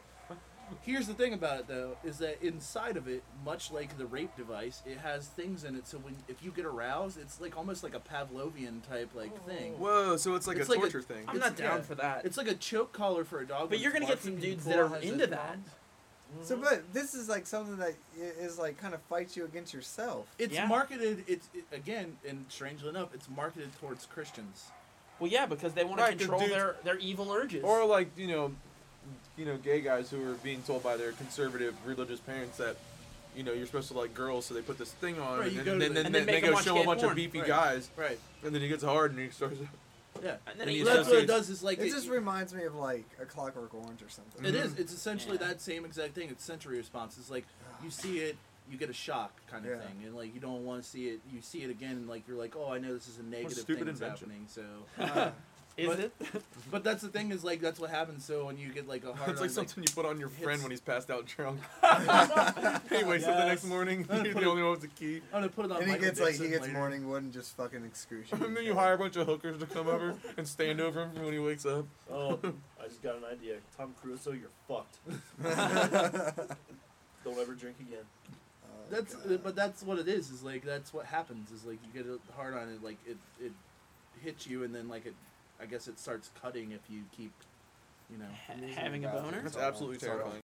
B: Here's the thing about it though, is that inside of it, much like the rape device, it has things in it. So when if you get aroused, it's like almost like a Pavlovian type like thing.
E: Whoa, so it's like
B: It's
E: a
B: like a-
E: torture thing.
C: I'm
B: it's-
C: not down
B: yeah.
C: for that.
B: It's like a choke collar for a dog.
C: But
B: when
C: you're
B: it's
C: gonna get
B: barking,
C: some
B: you
C: dudes
B: pull
C: that
B: out
C: are
B: his
C: into that.
B: headphones.
D: So, but this is like something that i- is like kind of fights you against yourself.
B: It's
C: Yeah.
B: marketed. It's it, again, and strangely enough, it's marketed towards Christians.
C: Well, yeah, because they want
E: Right,
C: to control
E: 'cause dudes-
C: their, their evil urges.
E: Or like you know, you know, gay guys who are being told by their conservative religious parents that you know you're supposed to like girls, so they put this thing on,
B: Right,
E: and
B: you
E: then,
B: go to
E: then,
B: the-
E: then,
C: And they
E: they
C: make him
E: go
C: watch
E: show a
C: kid
E: bunch
C: porn.
E: of beefy
B: Right.
E: guys,
B: Right.
E: and then he gets hard and he starts.
B: Yeah.
C: and then
E: And
C: he
E: you
B: Well, that's what it
E: associates-
B: does. Is like
D: It
B: it, e
D: just reminds me of like a Clockwork Orange or something.
B: it
E: Mhm.
B: is. It's essentially
C: Yeah.
B: that same exact thing. It's sensory response. It's like you see it, you get a shock kind of
D: Yeah.
B: thing, and like you don't want to see it. You see it again, and like you're like, oh, I know this is a negative
E: stupid
B: thing that's
E: invention.
B: happening. So,
D: Uh,
C: Is
B: But-
C: it?
B: but that's the thing is like that's what happens. So when you get like a hard,
E: it's like something you put on your friend
B: hits-
E: when he's passed out drunk. he wakes up the next
F: Yes.
E: morning. You're the only one with the key.
B: I'm gonna "Oh, put it on.
D: and he
B: Michael
D: gets like he
B: Jackson
D: gets
B: later.
D: morning wood and just fucking excruciating.
E: And then you hire a bunch of hookers to come over and stand over him when he wakes up.
F: Oh, I just got an idea. Tom Crusoe, you're fucked. Don't ever drink again.
D: Oh,
B: That's
D: God.
B: but that's what it is. Is like that's what happens. Is like you get a hard on it, like it it hits you, and then like it, I guess it starts cutting if you keep, you know.
C: Ha- having a boner?
E: That's absolutely
D: Sorry.
E: terrifying.